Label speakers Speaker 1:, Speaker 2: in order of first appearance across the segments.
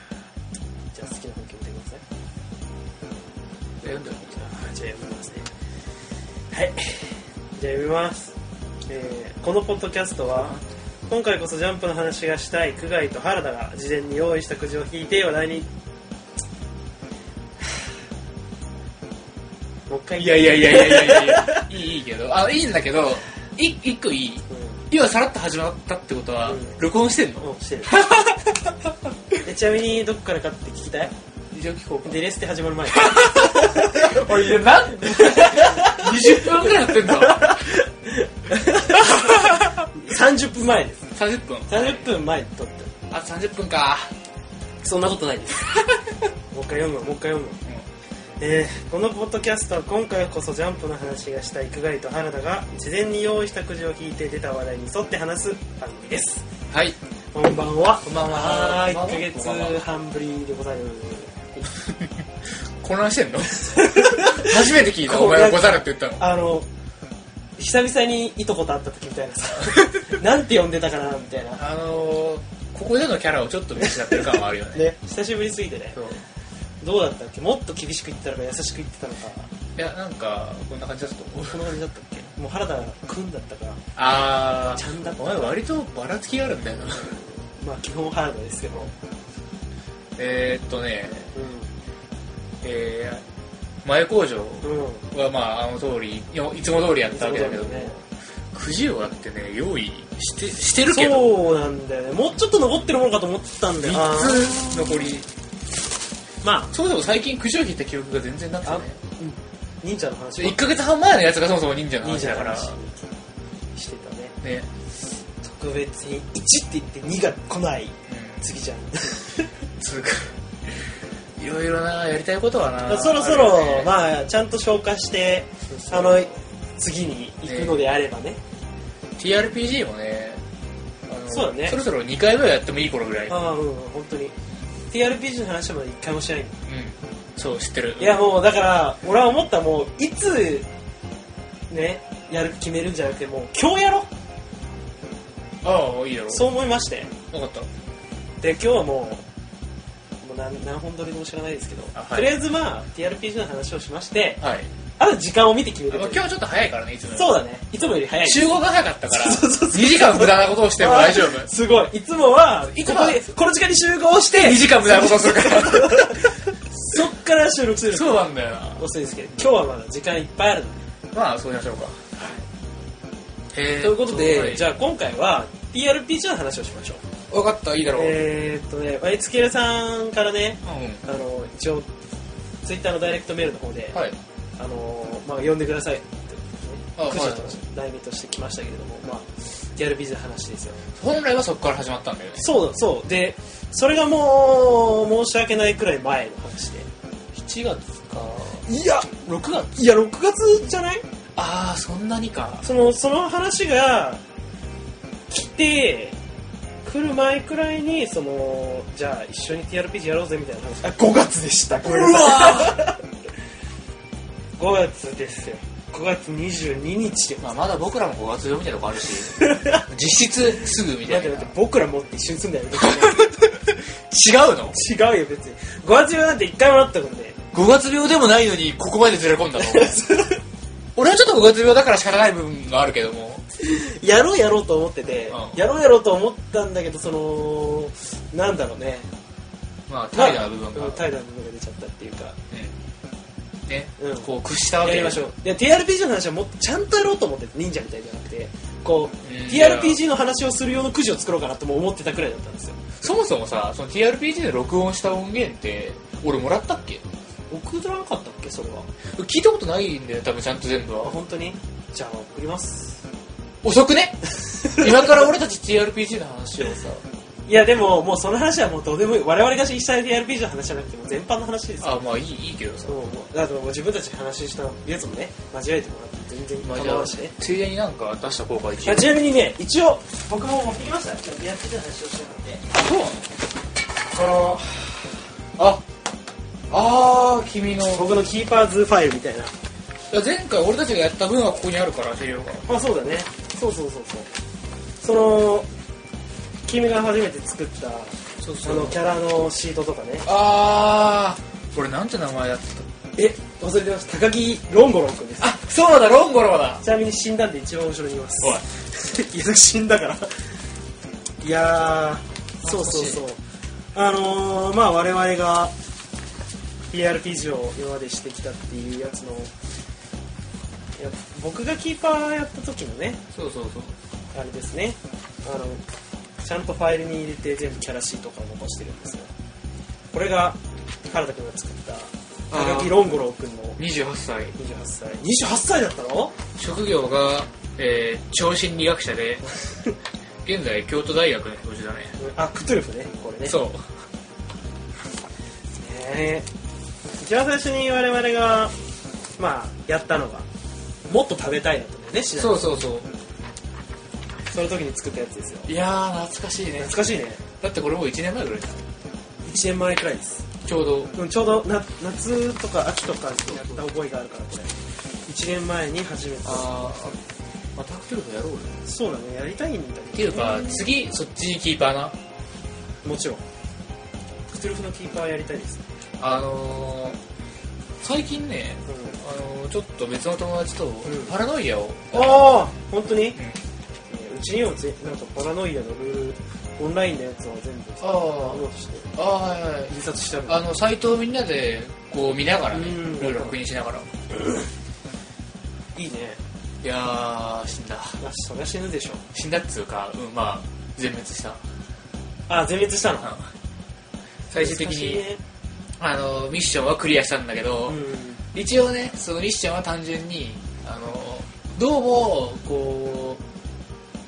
Speaker 1: じゃあ好きな本決めてください。
Speaker 2: 読んだらいいんじゃない
Speaker 1: あじゃあ読みますね。はい。じゃあ読みます。えーこのポッドキャストは、今回こそジャンプの話がしたい、久我井と原田が事前に用意したくじを引いて話題に。もう一回
Speaker 2: いやいやいやいやいやいやいいいいけどあいいんだけどい一個いい今さらっと始まったってことは、
Speaker 1: うん
Speaker 2: 録音してん
Speaker 1: うん、
Speaker 2: の
Speaker 1: もうしてる。 えちなみにどこからかって聞きたい
Speaker 2: 以上聞こうか
Speaker 1: デレステ始ま る前。
Speaker 2: 俺いやなん20分ぐらいやってんだ
Speaker 1: 30分前です。
Speaker 2: 30分
Speaker 1: 30分前に撮ってる。
Speaker 2: あ30分か
Speaker 1: そんなことない です。もう一回読むわ、もう一回読むわ。えーこのポッドキャストは今回こそジャンプの話がしたい久我井と原田が事前に用意したくじを引いて出た話題に沿って話す番組です
Speaker 2: はい
Speaker 1: こんばんは
Speaker 2: こんばんは
Speaker 1: はい
Speaker 2: こんばんは
Speaker 1: 1ヶ月半ぶりでございます
Speaker 2: 混乱してんの初めて聞いたお前がござるって言ったの
Speaker 1: あの久々にいとこと会った時みたいな さなんて呼んでたかなみたいな
Speaker 2: あのー、ここでのキャラをちょっと見失ってる感はあるよね
Speaker 1: ね久しぶりすぎてね
Speaker 2: そう
Speaker 1: どうだったっけもっと厳しく言ってたのか優しく言ってたのか
Speaker 2: いやなんかこんな感じだったと思う
Speaker 1: こんな感じだったっけもう原田くんだったから
Speaker 2: あ
Speaker 1: ちゃんだった
Speaker 2: お前割とばらつきがあるんだよな
Speaker 1: まあ基本原田ですけど
Speaker 2: えーっとね
Speaker 1: う
Speaker 2: えー、前工場
Speaker 1: んうん
Speaker 2: はまああの通りよいつも通りやったわけだけど
Speaker 1: いつも通りだね
Speaker 2: くじをだってね用意してしてるけど
Speaker 1: そうなんだよね。もうちょっと残ってるもんかと思ってたんだよ。
Speaker 2: 3つ残り
Speaker 1: ま
Speaker 2: そもそも最近くじを引いた記憶が全然なくてね
Speaker 1: あ忍者の話
Speaker 2: 1ヶ月半前のやつがそもそも忍者の
Speaker 1: 忍
Speaker 2: 話
Speaker 1: 者
Speaker 2: だ
Speaker 1: の
Speaker 2: から
Speaker 1: 話してたね。
Speaker 2: ね、
Speaker 1: 特別に1って言って2が来ない。
Speaker 2: うん、
Speaker 1: 次じゃん。
Speaker 2: それかいろいろなやりたいことはな
Speaker 1: そろそろ、
Speaker 2: あるよね
Speaker 1: まあ、ちゃんと消化して、あの、次に行くのであればね。
Speaker 2: TRPG もねあの
Speaker 1: そうだね
Speaker 2: そろそろ2回目はやってもいい頃ぐらい、うん、
Speaker 1: ああ、うん、本当に。TRPG の話まで一回もしないんだ
Speaker 2: そう知ってる
Speaker 1: いや、もう、だから、俺は思った、もう、いつ、ね、やる、決めるんじゃなくて、もう、今日やろう
Speaker 2: ああいいだろ
Speaker 1: そう思いまして。
Speaker 2: 分かった
Speaker 1: で今日はもうもう何何本撮りでも知らないですけど、
Speaker 2: あはい
Speaker 1: とりあえずまあ TRPG の話をしまして
Speaker 2: はい
Speaker 1: あと時間を見て決め
Speaker 2: まあ
Speaker 1: る
Speaker 2: 今日ちょっと早いからねいつもより
Speaker 1: そうだねいつもより早い
Speaker 2: 集合が早かったから
Speaker 1: そうそうそう
Speaker 2: 2時間無駄なことをしても大丈夫
Speaker 1: あ すごいいつもはい
Speaker 2: つ
Speaker 1: こ
Speaker 2: も
Speaker 1: こ
Speaker 2: は
Speaker 1: でこの時間に集合して
Speaker 2: 2時間無駄なことをするから
Speaker 1: そっから収録する
Speaker 2: そうなんだよな
Speaker 1: 遅いですけど今日はまだ時間いっぱいあるので
Speaker 2: まあそうしましょうかへえ
Speaker 1: ということで、じ
Speaker 2: ゃ
Speaker 1: ゃあ今回は TRPG の話をしましょう
Speaker 2: あ分かったいいだろう、
Speaker 1: えー、っとね YSKL さんからね
Speaker 2: う
Speaker 1: あの一応 Twitter のダイレクトメールの方で、
Speaker 2: んはい
Speaker 1: あのーまあ、呼んでくださいって
Speaker 2: あ
Speaker 1: ことですね、
Speaker 2: はい
Speaker 1: 9時と題名として来ましたけれども、まあ、TRPG の話ですよ。
Speaker 2: 本来はそこから始まったんだよね
Speaker 1: そうだ、そう。で、それがもう、申し訳ないくらい前の話で。
Speaker 2: 7月か
Speaker 1: いや、
Speaker 2: 6月
Speaker 1: いや、6月じゃない
Speaker 2: ああそんなにか
Speaker 1: その、その話が、来て、来る前くらいに、その、じゃあ一緒に TRPG やろうぜみたいな話。あ、5月でした。ごめんなさい。5月ですよ。5月22日で。
Speaker 2: まあ、まだ僕らも5月病みたいなとこあ るし実質すぐみた
Speaker 1: だっ
Speaker 2: い
Speaker 1: て
Speaker 2: な
Speaker 1: だって僕らもって一緒に住んだよね。
Speaker 2: 違うの
Speaker 1: 違うよ別に5月病なんて一回もなったもんね
Speaker 2: 5月病でもないのにここまでずれ込ん だの俺はちょっと5月病だから仕方ない部分があるけども
Speaker 1: やろうやろうと思ってて、
Speaker 2: うん
Speaker 1: やろうやろうと思ったんだけどそのなんだろうね
Speaker 2: まあ怠惰な部分が、
Speaker 1: うん怠惰な部分が出ちゃったっていうか
Speaker 2: うんね、
Speaker 1: うん
Speaker 2: こう屈したわ
Speaker 1: や
Speaker 2: けで
Speaker 1: りましょういや TRPG の話はもっとちゃんとやろうと思ってて忍者みたいじゃなくてこう、
Speaker 2: うん
Speaker 1: TRPG の話をする用のくじを作ろうかなとも思ってたくらいだったんですよ
Speaker 2: そもそもさその TRPG で録音した音源って俺もらったっけ
Speaker 1: 送らなかったっけそれは
Speaker 2: 聞いたことないんだよ多分ちゃんと全部
Speaker 1: あ
Speaker 2: は
Speaker 1: 本当にじゃあ送ります
Speaker 2: 遅 くね今から俺たち TRPG の話をさ
Speaker 1: いやでももうその話はもうどうでもいい我々が実際 TRPG の話じゃなくてもう全般の話ですよ
Speaker 2: あまあいいいいけどさ
Speaker 1: そうだからもう自分たちで話したやつもね間違えてもらって全然
Speaker 2: まあ
Speaker 1: 構
Speaker 2: じゃ
Speaker 1: わ
Speaker 2: あ
Speaker 1: んしね、
Speaker 2: ついでになんか出した方がいい
Speaker 1: あちなみにね一応僕も持ってきましたちょっとやってた話をしてたので
Speaker 2: そうなのそのああー君の
Speaker 1: 僕のキーパーズファイルみたいない
Speaker 2: や前回俺たちがやった分はここにあるから資料が
Speaker 1: あそうだねそうそうそうそうその君が初めて作った
Speaker 2: そう
Speaker 1: あのキャラのシートとかね
Speaker 2: あーこれなんて名前だった
Speaker 1: え忘れてました高木ロンゴロン君です
Speaker 2: あそうだロンゴロだ
Speaker 1: ちなみに死んだんで一番後ろにい ます
Speaker 2: おい
Speaker 1: いや死んだからいやーそう
Speaker 2: 懐か
Speaker 1: そう
Speaker 2: しい
Speaker 1: そうあのー、まあ我々が PRPG を今までしてきたっていうやつのいや僕がキーパーやった時のね
Speaker 2: そうそうそう
Speaker 1: あれですねあのちゃんとファイルに入れて全部キャラシートから残してるんですよこれが原田君が作った
Speaker 2: あー
Speaker 1: 高木ロンゴロウ君の
Speaker 2: 28歳
Speaker 1: 28歳28歳だったの
Speaker 2: 職業が、えー、超心理学者 で現在京都大学の教授だね
Speaker 1: あクトゥルフねこれね
Speaker 2: そう
Speaker 1: ね一番最初に我々がまあやったのがもっと食べたいなとねシナリ
Speaker 2: そ
Speaker 1: オ
Speaker 2: うそうそ
Speaker 1: その時に作ったやつですよ
Speaker 2: ういやー懐かしいね
Speaker 1: 懐かしいね
Speaker 2: だってこれもう1年前ぐらいだ
Speaker 1: 1年前くらいです、
Speaker 2: ちょうど
Speaker 1: うん、ちょうどな夏とか秋とかにやった覚えがあるからこれ1年前に初めて
Speaker 2: あーまたアクトゥルフやろうよっ
Speaker 1: そうだねやりたいんだけど
Speaker 2: ていうか次そっちにキーパーな
Speaker 1: もちろんクトゥルフのキーパーやりたいです、
Speaker 2: あのー、最近ね
Speaker 1: うん、
Speaker 2: あのーちょっと別の友達と
Speaker 1: ん
Speaker 2: パラノイアを、
Speaker 1: ああ本当に、ねうちにもぜなんかパラノイアのルールオンラインのやつを全部
Speaker 2: あ
Speaker 1: ダウンロードして
Speaker 2: ああはいはい
Speaker 1: 印刷してある
Speaker 2: あのサイトをみんなでこう見ながらね
Speaker 1: うん
Speaker 2: ルールを確認しながら
Speaker 1: いいね
Speaker 2: いやー死んだ
Speaker 1: あそりゃ死ぬでしょ
Speaker 2: 死んだっつうか、うん、まあ全滅した、
Speaker 1: あ全滅したの
Speaker 2: 最終的に、
Speaker 1: 難しいね
Speaker 2: あのミッションはクリアしたんだけど、
Speaker 1: う
Speaker 2: 一応ねそのミッションは単純にあのどうもこ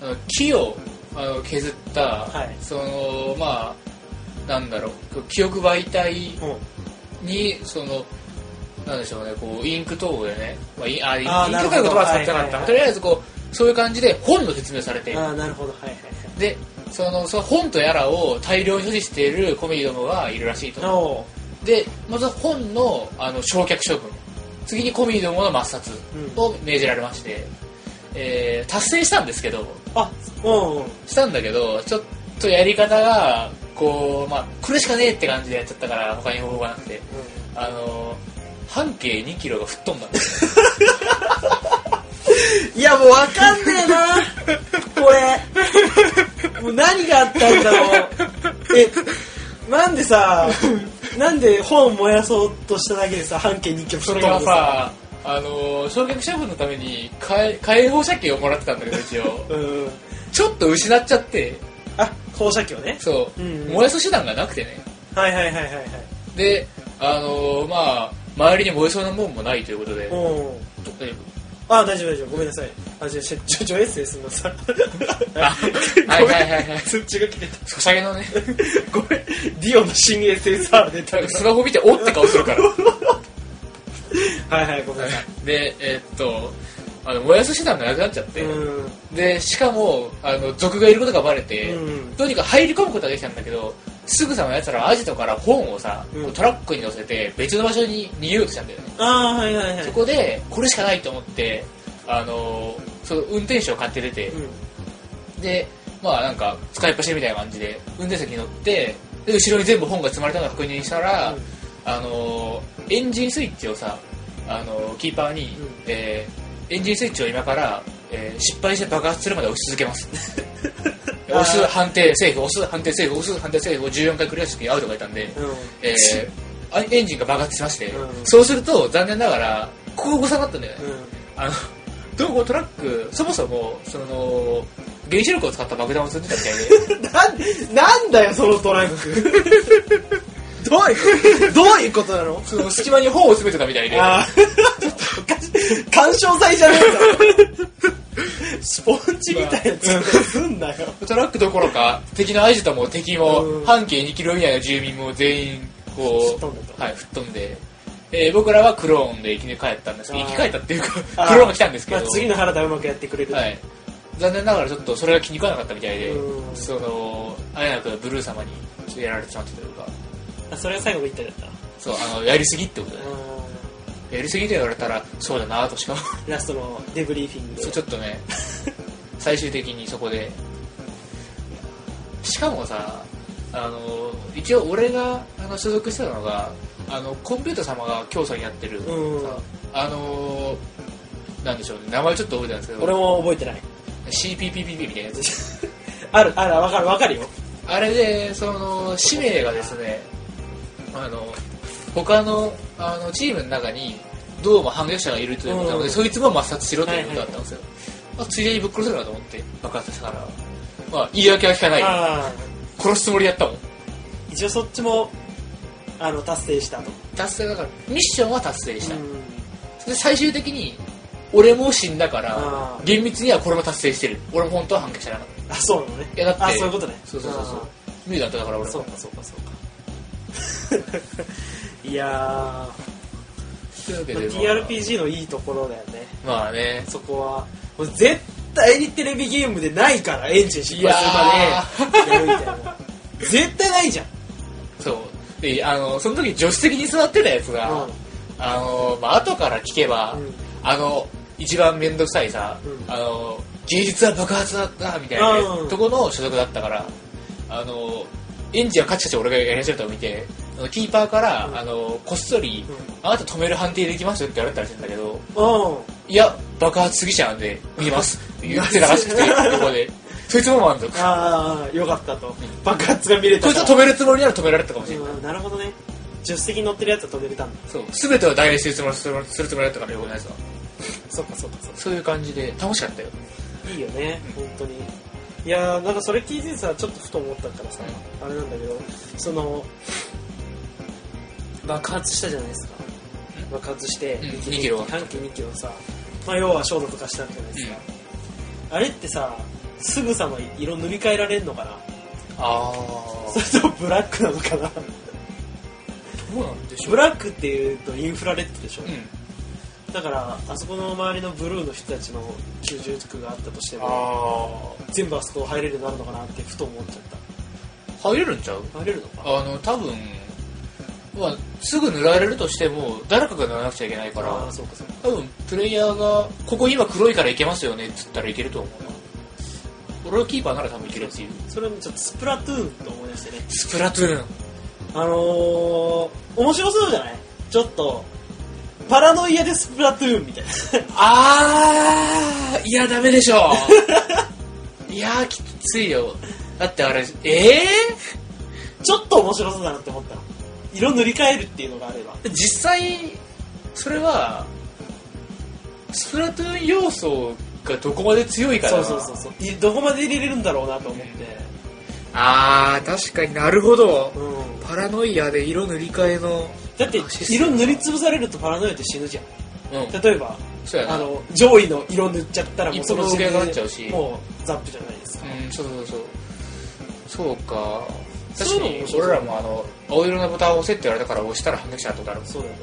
Speaker 2: うあの木をあの削った、
Speaker 1: はい
Speaker 2: そのまあなんだろう記憶媒体
Speaker 1: んうん
Speaker 2: にそのなんでしょうねこうインク等でね、まあ、インあイン
Speaker 1: あー
Speaker 2: イン
Speaker 1: なる
Speaker 2: ク
Speaker 1: ほ
Speaker 2: と
Speaker 1: ど
Speaker 2: いう言葉は使ってなかった、
Speaker 1: はいはいはい
Speaker 2: とりあえずこうそういう感じで本の説明されている
Speaker 1: ああなるほどはいはい
Speaker 2: でそのその本とやらを大量に所持しているコメディどもがいるらしい
Speaker 1: はい
Speaker 2: と
Speaker 1: お
Speaker 2: でまず本のあの焼却処分次にコメディどもの抹殺を命じられまして、えー達成したんですけど
Speaker 1: あうん
Speaker 2: したんだけどちょっとやり方がこうまあこれしかねえって感じでやっちゃったから他に方法がなくてあの半径2キロが吹っ飛んだん です
Speaker 1: いやもうわかんねえなこれもう何があったんだろうえなんでさなんで本燃やそうとしただけでさ半径2キロ
Speaker 2: そ
Speaker 1: 吹っ
Speaker 2: れ
Speaker 1: 飛ん
Speaker 2: が
Speaker 1: ださ
Speaker 2: さあの焼却処分のために解解放射器をもらってたんだけど一応
Speaker 1: うん
Speaker 2: ちょっと失っちゃって
Speaker 1: あ放射器をね
Speaker 2: そう、
Speaker 1: うん
Speaker 2: 燃やす手段がなくてね
Speaker 1: はいはいはいはいはい
Speaker 2: であのーまあ周りに燃えそうなもんもないということで、
Speaker 1: うん
Speaker 2: え
Speaker 1: あ大丈夫大丈夫ごめんなさいあじゃあちょちょちょエッセイすんのさ
Speaker 2: あはいは いはいはい
Speaker 1: 通知が来てた
Speaker 2: ソシャゲのね
Speaker 1: ごめんディオの新 SSR 出た
Speaker 2: スマホ見ておって顔するから
Speaker 1: はいはいごめんなさい
Speaker 2: でえっとあの燃やす手段がなくなっちゃって、
Speaker 1: うん
Speaker 2: でしかもあの族がいることがバレて、
Speaker 1: うん
Speaker 2: どうにか入り込むことができたんだけどすぐさまやつらはアジトから本をさ、
Speaker 1: うん
Speaker 2: トラックに乗せて別の場所に逃げようとしたんだよね
Speaker 1: ああはいはいはい
Speaker 2: そこでこれしかないと思ってあのーその運転手を買って出て、
Speaker 1: うん
Speaker 2: でまあなんか使いっ走りみたいな感じで運転席に乗ってで後ろに全部本が積まれたのを確認したら、
Speaker 1: うん
Speaker 2: あのーエンジンスイッチをさ、あのーキーパーに、
Speaker 1: うん
Speaker 2: えーエンジンスイッチを今から、えー失敗して爆発するまで押し続けます 押す
Speaker 1: あー
Speaker 2: 判定セーフ押す判定セーフ押す判定セーフを14回クリアした時にアウトがいたんで、
Speaker 1: うん
Speaker 2: えー あエンジンが爆発しまして、
Speaker 1: うん
Speaker 2: そうすると残念ながらここ誤差だったんだよね、
Speaker 1: うん
Speaker 2: あの、どうもトラック、そもそも、その、原子力を使った爆弾を積んでたみたい
Speaker 1: な
Speaker 2: で、
Speaker 1: んなんだよそのトラックどういうどういうことなの
Speaker 2: その隙間に砲を詰めてたみたいで、
Speaker 1: ああ干渉剤じゃねえんだスポンジみたいなつすんなよ
Speaker 2: トラックどころか、敵のアジトも敵
Speaker 1: う
Speaker 2: も、
Speaker 1: ん
Speaker 2: 半径2キロ以内の住民も全員、こ
Speaker 1: 吹っ飛んだ
Speaker 2: う、
Speaker 1: と
Speaker 2: はい、吹っ飛んで、えー僕らはクローンで生き返ったんですけど、
Speaker 1: あー
Speaker 2: 生き返ったっていうか、
Speaker 1: あー
Speaker 2: クローンが来たんですけ
Speaker 1: ま
Speaker 2: ど
Speaker 1: あ、次の原田うまくやってくれる
Speaker 2: はい。残念ながらちょっとそれが気に食わなかったみたいで
Speaker 1: う、ん
Speaker 2: その、あやなくブルー様にちょっとやられてしまったというか、
Speaker 1: あそれが最後の一体だった
Speaker 2: そう、あの、やりすぎってことだね。
Speaker 1: う
Speaker 2: やりすぎと言われたら、そうだなとしか
Speaker 1: んラストのデブリーフィングで
Speaker 2: そうちょっとね最終的にそこでしかもさあの一応俺があの所属してたのがあのコンピュータ様が教祖にやってる、
Speaker 1: うん
Speaker 2: あのなんでしょうね名前ちょっと覚えてないんですけど
Speaker 1: 俺も覚えてない
Speaker 2: CPPPP みたいなやつ
Speaker 1: あるあるわかるわかるよ
Speaker 2: あれでその使命がですねあの他のあのチームの中にどうも反逆者がいるということなので、
Speaker 1: うん
Speaker 2: そいつも抹殺しろということだったんですよ、まあついでにぶっ殺せるなと思って爆発したから、まあ、言い訳は聞かない
Speaker 1: ああ
Speaker 2: 殺すつもりやったもん
Speaker 1: 一応そっちもあの達成したと
Speaker 2: 達成だからミッションは達成した、
Speaker 1: うん
Speaker 2: で最終的に俺も死んだから
Speaker 1: あー
Speaker 2: 厳密にはこれも達成してる俺も本当は反逆者だか
Speaker 1: あ
Speaker 2: ら
Speaker 1: そうなのね
Speaker 2: いやだって
Speaker 1: あそういうことね
Speaker 2: そうそうそうそう
Speaker 1: あ
Speaker 2: 無理だっただから
Speaker 1: ー
Speaker 2: 俺
Speaker 1: そう
Speaker 2: も
Speaker 1: かそうかそう かいや
Speaker 2: というわけ
Speaker 1: ー、
Speaker 2: で
Speaker 1: まあ、TRPG のいいところだよね
Speaker 2: まあね
Speaker 1: そこはもう絶対にテレビゲームでないからエンジン失敗するまでやるみたいな絶対ないじゃん
Speaker 2: そうであのその時助手席に座ってたやつが、
Speaker 1: うん
Speaker 2: あのまあ後から聞けば、
Speaker 1: うん
Speaker 2: あの一番面倒くさいさ、
Speaker 1: うん
Speaker 2: あの芸術は爆発だったみたいなね、
Speaker 1: うん
Speaker 2: とこの所属だったからあのエンジンはカチカチ俺がやり始めたのを見てあのキーパーから、
Speaker 1: うん
Speaker 2: あのこっそり、
Speaker 1: うん
Speaker 2: あなた止める判定できますよって言われたらしいんだけど
Speaker 1: うん
Speaker 2: いや爆発すぎちゃうんで見ますって言ってたら しくて横でそいつも満足
Speaker 1: ああよかったと爆発が見れた
Speaker 2: こい
Speaker 1: か
Speaker 2: つ
Speaker 1: ら
Speaker 2: は止めるつもりなら止められたかもしれない、
Speaker 1: うんなるほどね助手席に乗ってるやつは止めれたんだ
Speaker 2: そう全てを代弁するつもりするするつもりだったから横のやつは
Speaker 1: そっかそっかそっか
Speaker 2: そういう感じで楽しかったよ
Speaker 1: いいよね本当にいやーなんかそれ聞いてさちょっとふと思ったからさ、あれなんだけどその爆発したじゃないですか爆発して
Speaker 2: うん2キロ
Speaker 1: 半径2キロさ、まあ、要は焦土とかしたんじゃないですか、あれってさすぐさま色塗り替えられんのかな
Speaker 2: ああ
Speaker 1: それともブラックなのかな
Speaker 2: どうなんでしょ
Speaker 1: ブ
Speaker 2: う
Speaker 1: ラックっていうとインフラレッドでしょ、
Speaker 2: うん
Speaker 1: だからあそこの周りのブルーの人たちの居住区があったとしても
Speaker 2: あ
Speaker 1: 全部あそこ入れるようになるのかなってふと思っちゃっ
Speaker 2: あ入れるんちゃう
Speaker 1: た入れるのか
Speaker 2: あの多分まあすぐ塗られるとしても誰かが塗らなくちゃいけないか
Speaker 1: あ
Speaker 2: ら
Speaker 1: あそうかそうか
Speaker 2: 多分プレイヤーが「ここ今黒いからいけますよね」っつったらいけると思うな俺のキーパーなら多分いけるっていう
Speaker 1: それもちょっとスプラトゥーンと思い出してね
Speaker 2: スプラトゥーン
Speaker 1: あのー、面白そうじゃないちょっとパラノイアでスプラトゥーンみたいな
Speaker 2: あーいやダメで しょいやーきついよだってあれえ
Speaker 1: ちょっと面白そうだなって思ったの色塗り替えるっていうのがあれば
Speaker 2: ー、実際それはスプラトゥーン要素がどこまで強いから
Speaker 1: そうそうそうそういどこまで入れれるんだろうなと思って
Speaker 2: あー確かになるほど
Speaker 1: うん
Speaker 2: パラノイアで色塗り替えの
Speaker 1: だって
Speaker 2: あシステム
Speaker 1: 色塗りつぶされるとパラノイアって死ぬじゃん
Speaker 2: うん
Speaker 1: 例えば
Speaker 2: そうやな
Speaker 1: あの上位の色塗っちゃったらもう
Speaker 2: 一
Speaker 1: そ
Speaker 2: 歩
Speaker 1: の
Speaker 2: の
Speaker 1: 時
Speaker 2: 上
Speaker 1: 点
Speaker 2: が上が
Speaker 1: で
Speaker 2: っちゃうし
Speaker 1: もうザップじゃないですか、
Speaker 2: うん、そうそうそうそうか
Speaker 1: そう
Speaker 2: 確か
Speaker 1: なの
Speaker 2: に俺らもあの青色のボタンを押せって言われたから押したら反撃者ってことあるもん
Speaker 1: そうだよね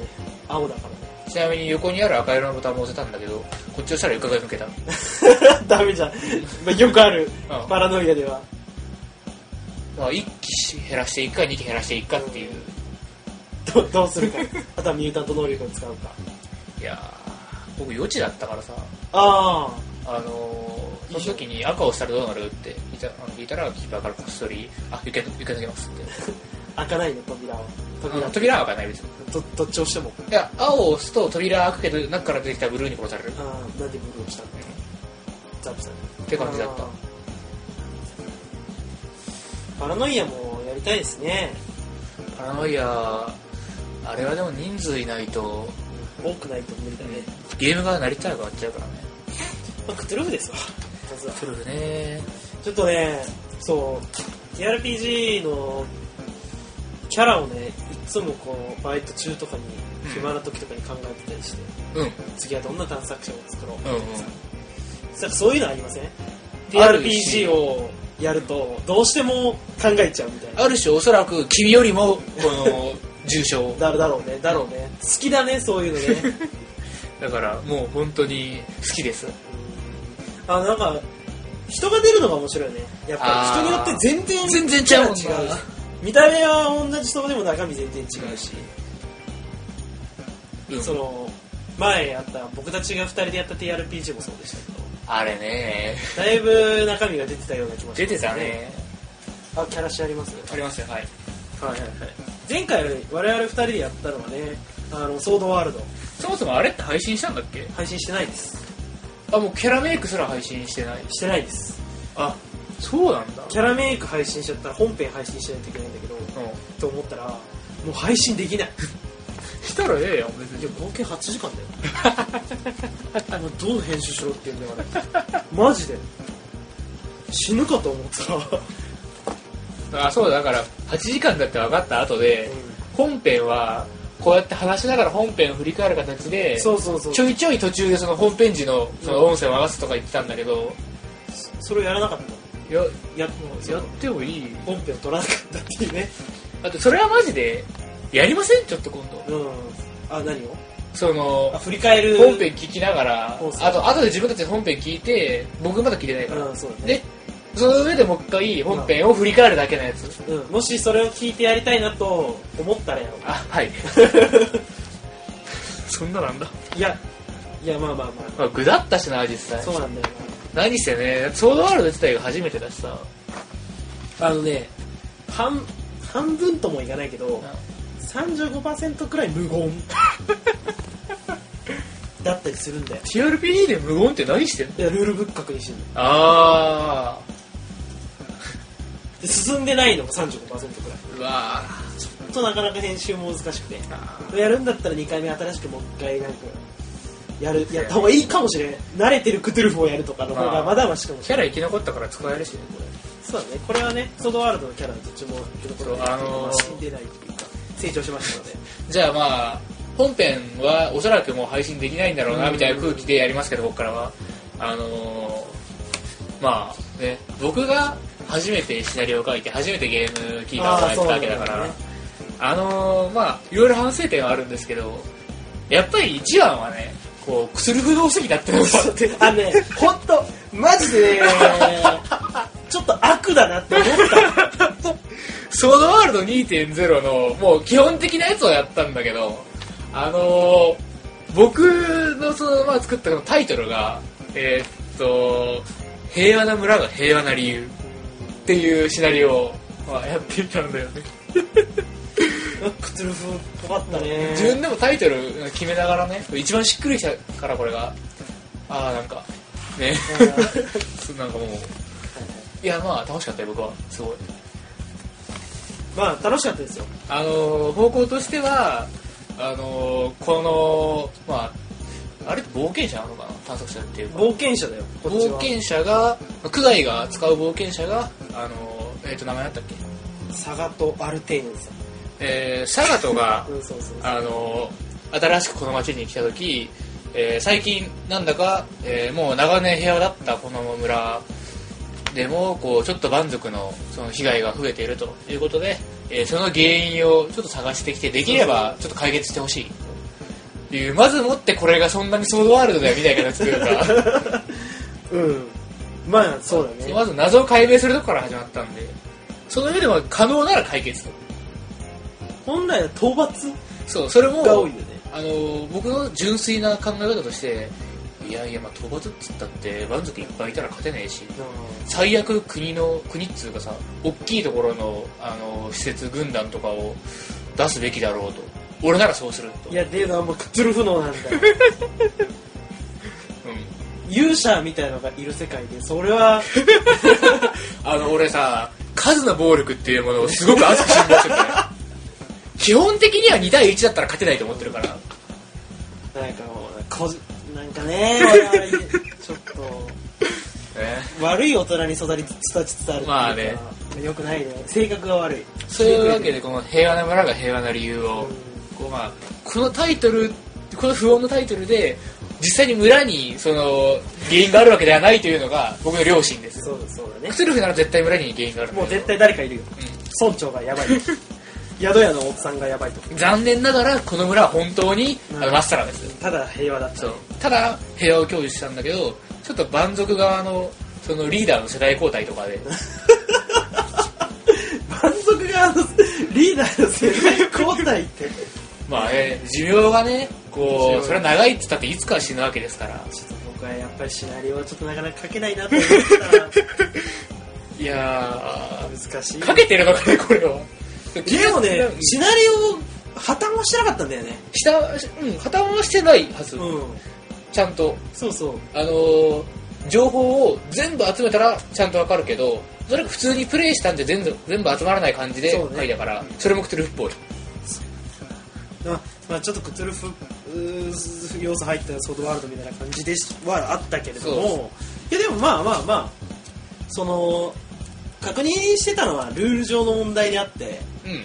Speaker 1: 青だからね
Speaker 2: ちなみに横にある赤色のボタンも押せたんだけどこっち押したら床が抜けた
Speaker 1: ダメじゃん、まあ、よくある
Speaker 2: うん
Speaker 1: パラノイアでは
Speaker 2: まあ、1機減らしていくか2機減らしていくかっていう
Speaker 1: ど どうするかあとはミュータント能力を使うか
Speaker 2: いやー僕予知だったからさ
Speaker 1: あ
Speaker 2: あのー、その時に赤を押したらどうなるって聞いたあの聞いたらキーパーからこっそり「あ床床抜けます」って
Speaker 1: あ開かないの扉を
Speaker 2: あ
Speaker 1: 扉
Speaker 2: の扉は開かない別に
Speaker 1: どどっちをしても
Speaker 2: いや青を押すと扉開くけど中から出てきたブルーに殺される
Speaker 1: ああなんでブルーをしたんだよザップされた
Speaker 2: って感じだった
Speaker 1: あーパラノイアもやりたいですね
Speaker 2: パラノイアあれはでも人数いないと
Speaker 1: 多くないと無理だね、
Speaker 2: ゲームが成り立たなくなっちゃうからね
Speaker 1: まあ、クトゥルフですわまずは
Speaker 2: そうね
Speaker 1: ちょっとね、そう、TRPG のキャラをね、いつもこう、バイト中とかに、暇な時とかに考えてたりして、
Speaker 2: うん
Speaker 1: 次はどんな探索者を作ろう。
Speaker 2: うんうん
Speaker 1: さそういうのありません
Speaker 2: あるし
Speaker 1: ?TRPG をやると、どうしても考えちゃうみたいな。
Speaker 2: ある種おそらく君よりもこの重症
Speaker 1: だだろうね、だろうね。好きだね、そういうのね。
Speaker 2: だからもう本当に好きです
Speaker 1: あの、なんか、人が出るのが面白いよね。やっぱり人によ
Speaker 2: あー
Speaker 1: って全然、
Speaker 2: 全然ちゃうもんな
Speaker 1: キャラ違し見た目は同じ人でも中身全然違うし。
Speaker 2: うん
Speaker 1: その前やった僕たちが2人でやった TRPG もそうでしたけど
Speaker 2: あれね
Speaker 1: だいぶ中身が出てたような気もします
Speaker 2: 出てたね
Speaker 1: あキャラシあります
Speaker 2: ありますよはい
Speaker 1: はいはいはい前回我々2人でやったのはねあのソードワールド
Speaker 2: そもそもあれって配信したんだっけ
Speaker 1: 配信してないです
Speaker 2: あもうキャラメイクすら配信してない
Speaker 1: してないです
Speaker 2: あそうなんだ
Speaker 1: キャラメイク配信しちゃったら本編配信しないといけないんだけど
Speaker 2: うん
Speaker 1: と思ったらもう配信できない
Speaker 2: したらええやん別
Speaker 1: いや
Speaker 2: に
Speaker 1: 合計8時間だよ もうどう編集しろって言うんだからマジで死ぬかと思ったら、
Speaker 2: あそうだだから8時間だって分かった後で本編はこうやって話しながら本編を振り返る形で
Speaker 1: そうそうそう
Speaker 2: ちょいちょい途中でその本編時のその音声を合わすとか言ってたんだけど、
Speaker 1: それをやらなかった
Speaker 2: いや
Speaker 1: やや
Speaker 2: やってもいい
Speaker 1: 本編を取らなかったっていうね
Speaker 2: あとそれはマジでやりませんちょっと今度
Speaker 1: うんあ何を
Speaker 2: その
Speaker 1: あ振り返る
Speaker 2: 本編聞きながら
Speaker 1: そうそう
Speaker 2: あと後で自分たちで本編聞いて僕まだ聞いてないから、
Speaker 1: うんそうだね
Speaker 2: でその上でもう一回本編を振り返るだけのやつ、
Speaker 1: うん、もしそれを聞いてやりたいなと思ったらやろう
Speaker 2: あはい そんななんだ、
Speaker 1: いやいやまあまあま
Speaker 2: まあ、ぐだったしな実
Speaker 1: あ
Speaker 2: 際
Speaker 1: そうなんだよ
Speaker 2: 何せねソードワールド自体が初めてだしさ、
Speaker 1: なあのね半半分ともいかないけど
Speaker 2: う
Speaker 1: 35%くらい無 言だったりするんだよ
Speaker 2: TRPG で無言って何してんの
Speaker 1: いやルールブック確認してるの
Speaker 2: あ
Speaker 1: で進んでないのも35%くらい
Speaker 2: ーうわ
Speaker 1: ほんとなかなか編集も難しくて
Speaker 2: あ
Speaker 1: やるんだったら2回目新しくもう一回なんかやるやった方がいいかもしれん慣れてるクトゥルフをやるとかの方がまだましかもし
Speaker 2: キ
Speaker 1: れ
Speaker 2: ャ
Speaker 1: ない
Speaker 2: ラ生き残ったから使えるしねこれ
Speaker 1: そうだねこれはねソードワールドのキャラのどっちも生き残ってる
Speaker 2: そうあのー
Speaker 1: 死んでないっていうか成長しましたので
Speaker 2: じゃあまあ本編はおそらくもう配信できないんだろうなみたいな空気でやりますけどここからはあのーまあね僕が初めてシナリオを書いて初めてゲームキーパーをやったわけだからあ
Speaker 1: あーそうなんだよね
Speaker 2: のーまあいろいろ反省点はあるんですけどやっぱり一番はねこうくする不動すぎだってのが
Speaker 1: あのね本当マジでねちょっと悪だなって思った
Speaker 2: ソードワールド2.0のもう基本的なやつをやったんだけど、あのー僕のその、まあ、作ったのタイトルが、えーっと、平和な村が平和な理由っていうシナリオを、まあ、やっていたんだよね。
Speaker 1: クトゥルフっぽかったね
Speaker 2: 自分でもタイトル決めながらね、一番しっくりきたからこれが、ああ、なんか、ね、そう なんかもう、いや、まあ楽しかったよ、僕は。すごい。
Speaker 1: まあ楽しかったですよ
Speaker 2: あの方向としてはあのこのまああれって冒険者なのかな探索者っていうか
Speaker 1: 冒険者だよこっち
Speaker 2: 冒
Speaker 1: は
Speaker 2: 険者が九代が使う冒険者があのえっ、と名前あったっけ
Speaker 1: サガとアルテーヌさん
Speaker 2: えー、サガトが
Speaker 1: うんそうそうそう
Speaker 2: あの新しくこの町に来た時、えー最近なんだか、えーもう長年平和だったこの村でもこうちょっと蛮族のその被害が増えているということで、えーその原因をちょっと探してきてできればちょっと解決してほしいというまずもってこれがそんなにソードワールドだよみたいな形というか
Speaker 1: うんまあそうだね
Speaker 2: まず謎を解明するとこから始まったんでその上でも可能なら解決と
Speaker 1: 本来は討伐
Speaker 2: そうそれも
Speaker 1: が多いよね
Speaker 2: あの僕の純粋な考え方としていやいやまあ討伐っつったって蛮族いっぱいいたら勝てねえし最悪国の国っつうかさ大きいところのあの施設軍団とかを出すべきだろうと俺ならそうすると
Speaker 1: いやっていうのはもうクトゥルフ能なんだ よ
Speaker 2: うん、
Speaker 1: 勇者みたいのがいる世界でそれは
Speaker 2: あの俺さ数の暴力っていうものをすごく熱く信じてるんだよ 基本的には2対1だったら勝てないと思ってるから
Speaker 1: なんかもうこじなんかね 我々ちょっと
Speaker 2: ね
Speaker 1: 悪い大人に育りつ育ちつつあるっていうか
Speaker 2: まあね
Speaker 1: よくないね性格が悪い
Speaker 2: そういうわけでこの平和な村が平和な理由
Speaker 1: う
Speaker 2: を
Speaker 1: ん
Speaker 2: こうまあ、このタイトルこの不穏のタイトルで実際に村にその原因があるわけではないというのが僕の両親です
Speaker 1: そうそうだね
Speaker 2: クトゥルフなら絶対村に原因があるんだ
Speaker 1: もう
Speaker 2: けど
Speaker 1: 絶対誰かいるよ村長がや ばい宿屋のおっさんがやばいと
Speaker 2: うん残念ながらこの村は本当にあ
Speaker 1: う
Speaker 2: の
Speaker 1: ん
Speaker 2: まっさらです
Speaker 1: ただ平和だった
Speaker 2: そうただ平和を享受したんだけどちょっと蛮族側のそのリーダーの世代交代とかで
Speaker 1: 満足があのリーダーの世代交代って
Speaker 2: まあね寿命がねこ
Speaker 1: 寿
Speaker 2: う
Speaker 1: 命
Speaker 2: それは長いって言ったっていつかは死ぬわけですから
Speaker 1: ちょっと僕はやっぱりシナリオはちょっとなかなか書けないなと思ってたら
Speaker 2: いや
Speaker 1: 難しい
Speaker 2: ー、かけてるのかね、これは。
Speaker 1: でもね
Speaker 2: うん
Speaker 1: シナリオ破綻はしなかったんだよね
Speaker 2: 下、うん、破綻はしてないはず。
Speaker 1: うん
Speaker 2: ちゃんと。
Speaker 1: そうそう
Speaker 2: あのー情報を全部集めたらちゃんとわかるけど、それ普通にプレイしたんじゃ全部全部集まらない感じで
Speaker 1: そうね
Speaker 2: 回だから、それもクトゥルフっぽい。
Speaker 1: あまあ、ちょっとクトゥルフうー要素入ったソードワールドみたいな感じでしはあったけれどもいやでもまあまあまあその確認してたのはルール上の問題であって
Speaker 2: うん。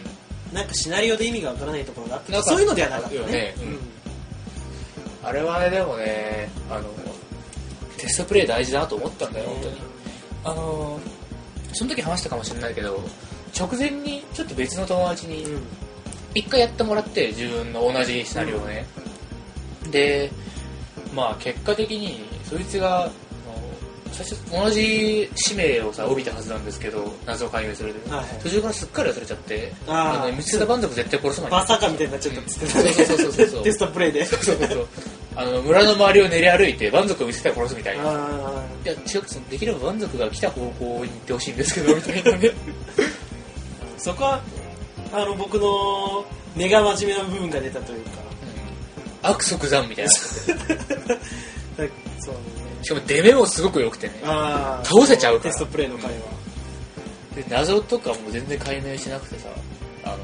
Speaker 1: なんかシナリオで意味がわからないところがあって
Speaker 2: なんか
Speaker 1: そういうのではなかったね
Speaker 2: よねうんあれはね、でもね、あの、テストプレイ大事だなと思ったんだよ、本当に。あのその時話したかもしれないけど、直前にちょっと別の友達
Speaker 1: う
Speaker 2: に
Speaker 1: ん
Speaker 2: 一回やってもらって、自分の同じシナリオをね。で、まあ結果的に、そいつが、あの最初同じ使命をさ、帯びたはずなんですけど、謎を解明するで。
Speaker 1: はい
Speaker 2: 途中からすっかり忘れちゃって、
Speaker 1: あ
Speaker 2: あ
Speaker 1: ー
Speaker 2: の見つけた蛮族絶対殺すまい。
Speaker 1: バーサーカーみたいになっちゃったっつってた
Speaker 2: うんそうそうそうそう
Speaker 1: ねテストプレイで
Speaker 2: そうそうそう。あの、村の周りを練り歩いて、蛮族を見つけたら殺すみたいな。
Speaker 1: あ
Speaker 2: いや、違くできれば満足が来た方向に行ってほしいんですけど、みたいな ね。
Speaker 1: ーそこはあの僕の根が真面目な部分が出たというか
Speaker 2: 悪即残みたいな。し
Speaker 1: だそうね
Speaker 2: かも出目もすごく良くてね。
Speaker 1: あー
Speaker 2: 倒せちゃうから
Speaker 1: テストプレイの回は、
Speaker 2: で、謎とかも全然解明してなくてさ、あの、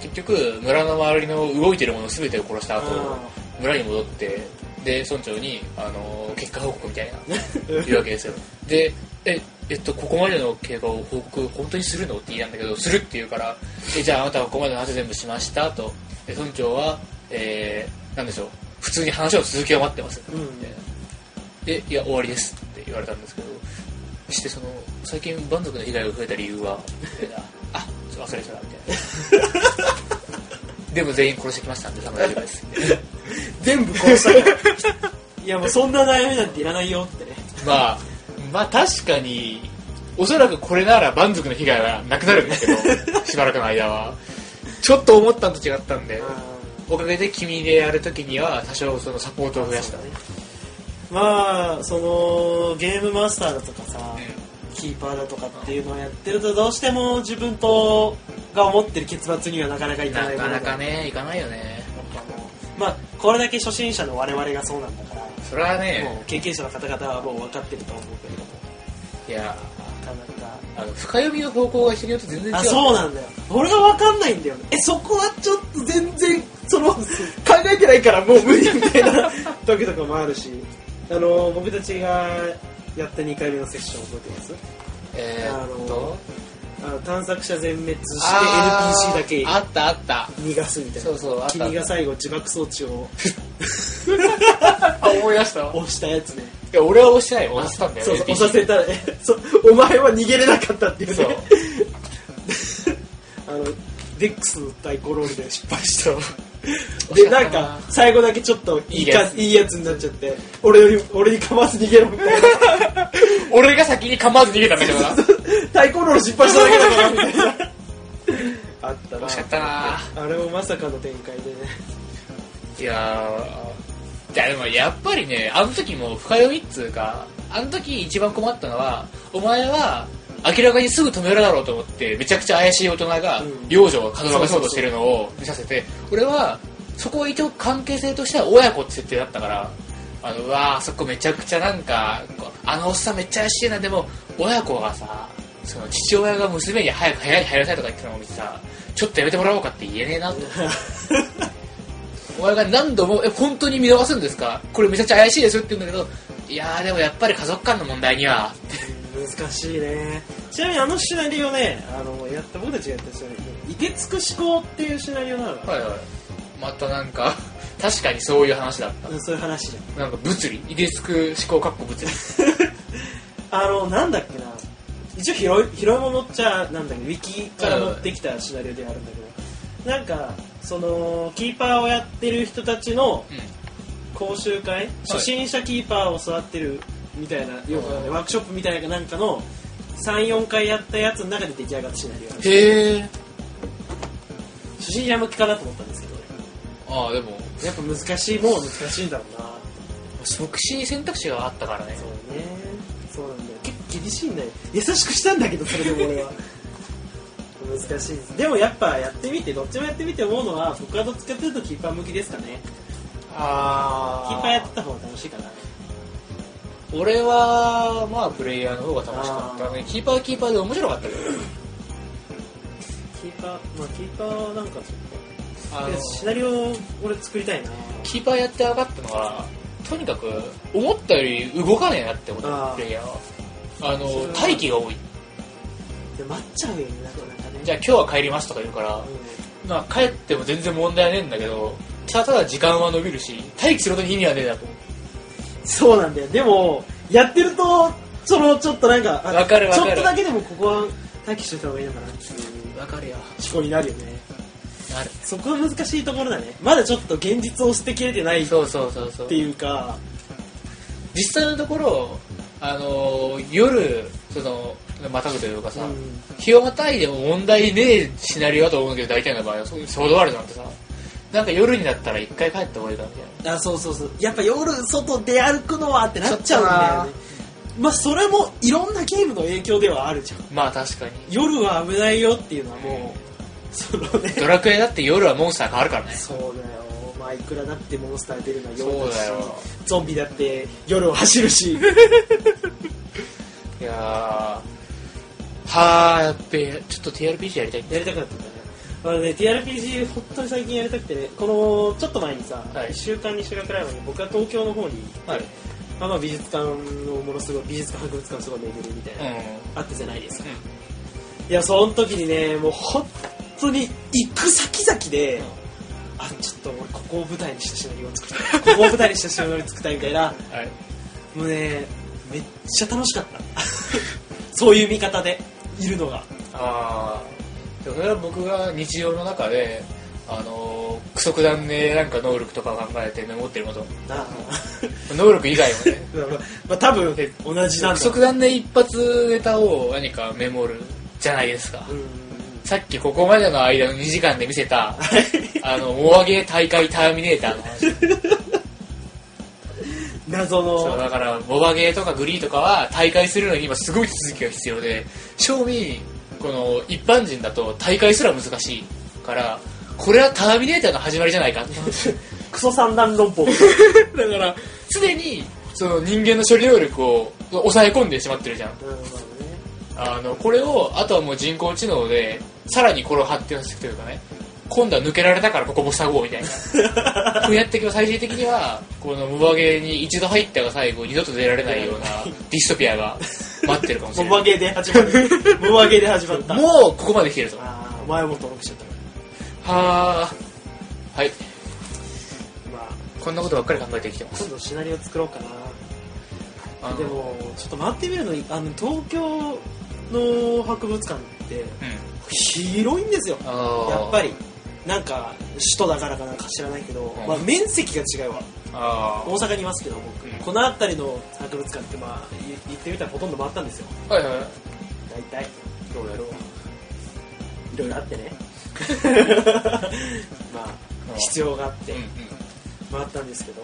Speaker 2: 結局、村の周りの動いてるもの全てを殺した後、村に戻って、で、村長に、あの、結果報告みたいな、言うわけですよ。で、え、えっと、ここまでの経過を報告、本当にするのって言いなんだけど、するって言うから、え、じゃああなたはここまでの話全部しましたと。で、村長は、えー、なんでしょう、普通に話の続きを待ってます。
Speaker 1: うん
Speaker 2: みたいなで、いや、終わりですって言われたんですけど、して、その、最近、蛮族の被害が増えた理由は、みたいなあ、ちょ忘れてた、み たいな。でも全員殺してきましたんで、多分大丈夫です。
Speaker 1: 全部殺したからいやもうそんな悩みなんていらないよってね
Speaker 2: まあ、まあ確かに、おそらくこれなら蛮族の被害はなくなるんです けど、しばらくの間は。ちょっと思ったんと違ったんで、おかげで君でやるときには多少そのサポートを増やした。
Speaker 1: まあそのゲームマスターだとかさ、
Speaker 2: う
Speaker 1: キーパーだとかっていうのをやってるとどうしても自分とが思ってる結末にはなかなかい
Speaker 2: ん
Speaker 1: かな
Speaker 2: ない
Speaker 1: も
Speaker 2: か
Speaker 1: のが
Speaker 2: なかね、いかないよね。
Speaker 1: やっぱもうまあこれだけ初心者の我々がそうなんだから、
Speaker 2: それはね
Speaker 1: も、う経験者の方々はもう分かってると思うけれども
Speaker 2: いや、
Speaker 1: なかなか
Speaker 2: あの、深読みの方向が人によって全然違う。
Speaker 1: あそうなんだよ俺は分かんないんだよねえそこはちょっと全然その考えてないからもう無理みたい な時とかもあるしあの僕たちがやった2回目のセッション覚えてます
Speaker 2: えーっと、
Speaker 1: あの探索者全滅して
Speaker 2: あー
Speaker 1: NPC だけ
Speaker 2: あったあ った。
Speaker 1: 逃がすみたいな
Speaker 2: そうそうあった
Speaker 1: 君が最後自爆装置を
Speaker 2: あ、思い出したわ。
Speaker 1: 押したやつね
Speaker 2: いや、俺は押してない。押したんだよ。
Speaker 1: そうそう
Speaker 2: NPC
Speaker 1: 押させたらえそうお前は逃げれなかったっていうね
Speaker 2: そう
Speaker 1: あのデックスの対コロールで失敗した
Speaker 2: そう。
Speaker 1: で、なんか、最後だけちょっといいか
Speaker 2: いいやつ
Speaker 1: いいやつになっちゃって、俺より、俺に構わず逃げろみ たいな。
Speaker 2: 俺が先に構わず逃げたんだけどな。
Speaker 1: 太鼓ロール失敗しただけだから、みたいな。 あったな
Speaker 2: 惜しかったな
Speaker 1: あれもまさかの展開 でね。
Speaker 2: いやー、いやでもやっぱりね、あの時も深読みっつうか、あの時一番困ったのは、お前は明らかにすぐ止めるだろうと思って、めちゃくちゃ怪しい大人が
Speaker 1: うん、
Speaker 2: 幼女をかどわかそうとしてるのを見させて、俺は、そこは一応関係性としては親子って設定だったから、あの、うわー、あそこめちゃくちゃなんか、こうあのおっさんめっちゃ怪しいな、でも、親子がさ、その父親が娘に早く部屋に入らせたいとか言ってたのを見てさ、ちょっとやめてもらおうかって言えねえなとお前が何度も、え、本当に見逃すんですかこれめちゃくちゃ怪しいですよって言うんだけど、いやーでもやっぱり家族間の問題には、
Speaker 1: 難しいね。ちなみにあのシナリオね、あの、やった、僕たちがやったシナリオ、いてつく思考っていうシナリオなの。
Speaker 2: はいはい。またなんか、 確かにそういう話だっ
Speaker 1: うんそういう話じゃん。
Speaker 2: た。なんか物理、いでつく思考かっこ物理。
Speaker 1: あの、なんだっけな。一応拾い、拾い物っちゃ、なんだっけ、ウィキから持ってきたシナリオではあるんだけど、なんか、その、キーパーをやってる人たちの
Speaker 2: う
Speaker 1: 講習会、初心者キーパーを育てるみたいな、要はねワークショップみたいななんかの、3、4回やったやつの中で出来上がったシナリオなん
Speaker 2: ん。
Speaker 1: です
Speaker 2: へー。
Speaker 1: 初心者向きかなと思ったんですけど、
Speaker 2: ああ、でも、
Speaker 1: やっぱ難しいもんは難しいんだろうな。
Speaker 2: 即死選択肢があったからね。
Speaker 1: そうね。そうなんだよ。結構ギ厳しいんだよ優しくしたんだけどそれでも俺は難しいですでもやっぱやってみてどっちもやってみて思うのは僕はどっちかというとキーパー向きですかねキ
Speaker 2: あ
Speaker 1: ーパーやってた方が楽しいかな
Speaker 2: 俺はまあプレイヤーの方が楽しかったねキーパーはキーパーで面白かったけど
Speaker 1: キーパーまあキーパーはなんかちょっ
Speaker 2: あ
Speaker 1: とい
Speaker 2: の
Speaker 1: やシナリオ俺作りたいな
Speaker 2: キーパーやって分かったのはとにかく思ったより動かねえなってこと
Speaker 1: あー
Speaker 2: プレイヤーはあ
Speaker 1: それ
Speaker 2: の
Speaker 1: は
Speaker 2: 待機が多い
Speaker 1: で待っちゃうよねなかなかね
Speaker 2: じゃあ今日は帰りますとか言うから
Speaker 1: う、ん
Speaker 2: まあ、帰っても全然問題はねえんだけどただただ時間は伸びるし待機することに意味はねえなと思う
Speaker 1: そうなんだよ。でも、やってると、その、ちょっとなんか、あ
Speaker 2: わかるわか
Speaker 1: ち
Speaker 2: る
Speaker 1: ょっとだけでもここは待機してた方がいいのかなっていう
Speaker 2: 分かるよ
Speaker 1: 思考になるよね。
Speaker 2: なる
Speaker 1: そこは難しいところだね。まだちょっと現実を捨てきれてないっ
Speaker 2: そうそうそうそう
Speaker 1: ていうか、
Speaker 2: 実際のところあの夜そのまたぐというかさ、
Speaker 1: うん
Speaker 2: 日をまたいでも問題ねえシナリオだと思うんだけど大体の場合はそういうソードワールドなんてさなんか夜になったら一回帰った方がいいかみたいな
Speaker 1: あ、そうそうそう。やっぱ夜外出歩くのはってなっちゃうんだよね。まあそれもいろんなゲームの影響ではあるじゃん。
Speaker 2: まあ確かに
Speaker 1: 夜は危ないよっていうのはもう、そのね。
Speaker 2: ドラクエだって夜はモンスター変わるからね
Speaker 1: そうだよ。まあいくらだってモンスター出るのは
Speaker 2: そ
Speaker 1: 夜
Speaker 2: う
Speaker 1: だ
Speaker 2: だ
Speaker 1: し
Speaker 2: よ、
Speaker 1: ゾンビだって夜を走るし。
Speaker 2: いやーはあやっべちょっと TRPG やりたい
Speaker 1: やりたくなってきたね。あのね、TRPG 本当に最近やりたくてね、このちょっと前にさ、
Speaker 2: はい
Speaker 1: 1週間2週間くらい前に僕は東京の方に行って、
Speaker 2: はい
Speaker 1: まあまあ美術館のものすごい、美術館、博物館をすごい巡るみたいうな、
Speaker 2: ん
Speaker 1: あったじゃないですか。いや、その時にね、もう本当に行く先々で、あ、ちょっと俺ここを舞台にしたシナリオを作りたい。 ここを舞台にしたシナリオを作りたいみたいな、
Speaker 2: はい
Speaker 1: もうね、めっちゃ楽しかった。 そういう見方でいるのが。
Speaker 2: ああそれは僕が日常の中であのー、クソくだんねえなんか能力とか考えてメモってること
Speaker 1: なあ
Speaker 2: 能力以外も ね
Speaker 1: まあまあ多分ね同じなんだろう
Speaker 2: 不足断で一発ネタを何かメモるじゃないですか、
Speaker 1: うん
Speaker 2: さっきここまでの間の2時間で見せたあの大上げ大会ターミネーターの話
Speaker 1: 謎
Speaker 2: そう
Speaker 1: の
Speaker 2: だからボバゲーとかグリーとかは大会するのに今すごい手続きが必要で正味この一般人だと大会すら難しいからこれはターミネーターの始まりじゃないかって話
Speaker 1: クソ三段論法
Speaker 2: だから常にその人間の処理能力を抑え込んでしまってるじゃんあのこれをあとはもう人工知能でさらにこれを発展していくというかね今度は抜けられたからここも塞ごうみた いなこうやっていけば最終的にはこのムバゲーに一度入ったが最後二度と出られないようなディストピアが待ってるかもし
Speaker 1: モ
Speaker 2: れな
Speaker 1: バ
Speaker 2: い
Speaker 1: ゲーで始ま るモバゲーで始まった
Speaker 2: もうここまで来てるぞは
Speaker 1: ああ前も登録しちゃったか
Speaker 2: あはい
Speaker 1: らまあ
Speaker 2: こんなことばっかり考えてきてます
Speaker 1: 今度シナリオ作ろうか
Speaker 2: あ
Speaker 1: な
Speaker 2: の
Speaker 1: でもちょっと回ってみるのにあの東京の博物館って
Speaker 2: うん
Speaker 1: 広いんですよ
Speaker 2: あー
Speaker 1: やっぱりなんか首都だからかなんか知らないけど、
Speaker 2: うん
Speaker 1: まあ、面積が違うわ
Speaker 2: あ
Speaker 1: 大阪にいますけど僕、
Speaker 2: うん
Speaker 1: この辺りの博物館ってまあい行ってみたらほとんど回ったんですよ
Speaker 2: ーはいはい
Speaker 1: 大体
Speaker 2: どうやろう
Speaker 1: いろいろあってね ま
Speaker 2: う
Speaker 1: あ
Speaker 2: ん
Speaker 1: 必要があって
Speaker 2: うんうん
Speaker 1: 回ったんですけど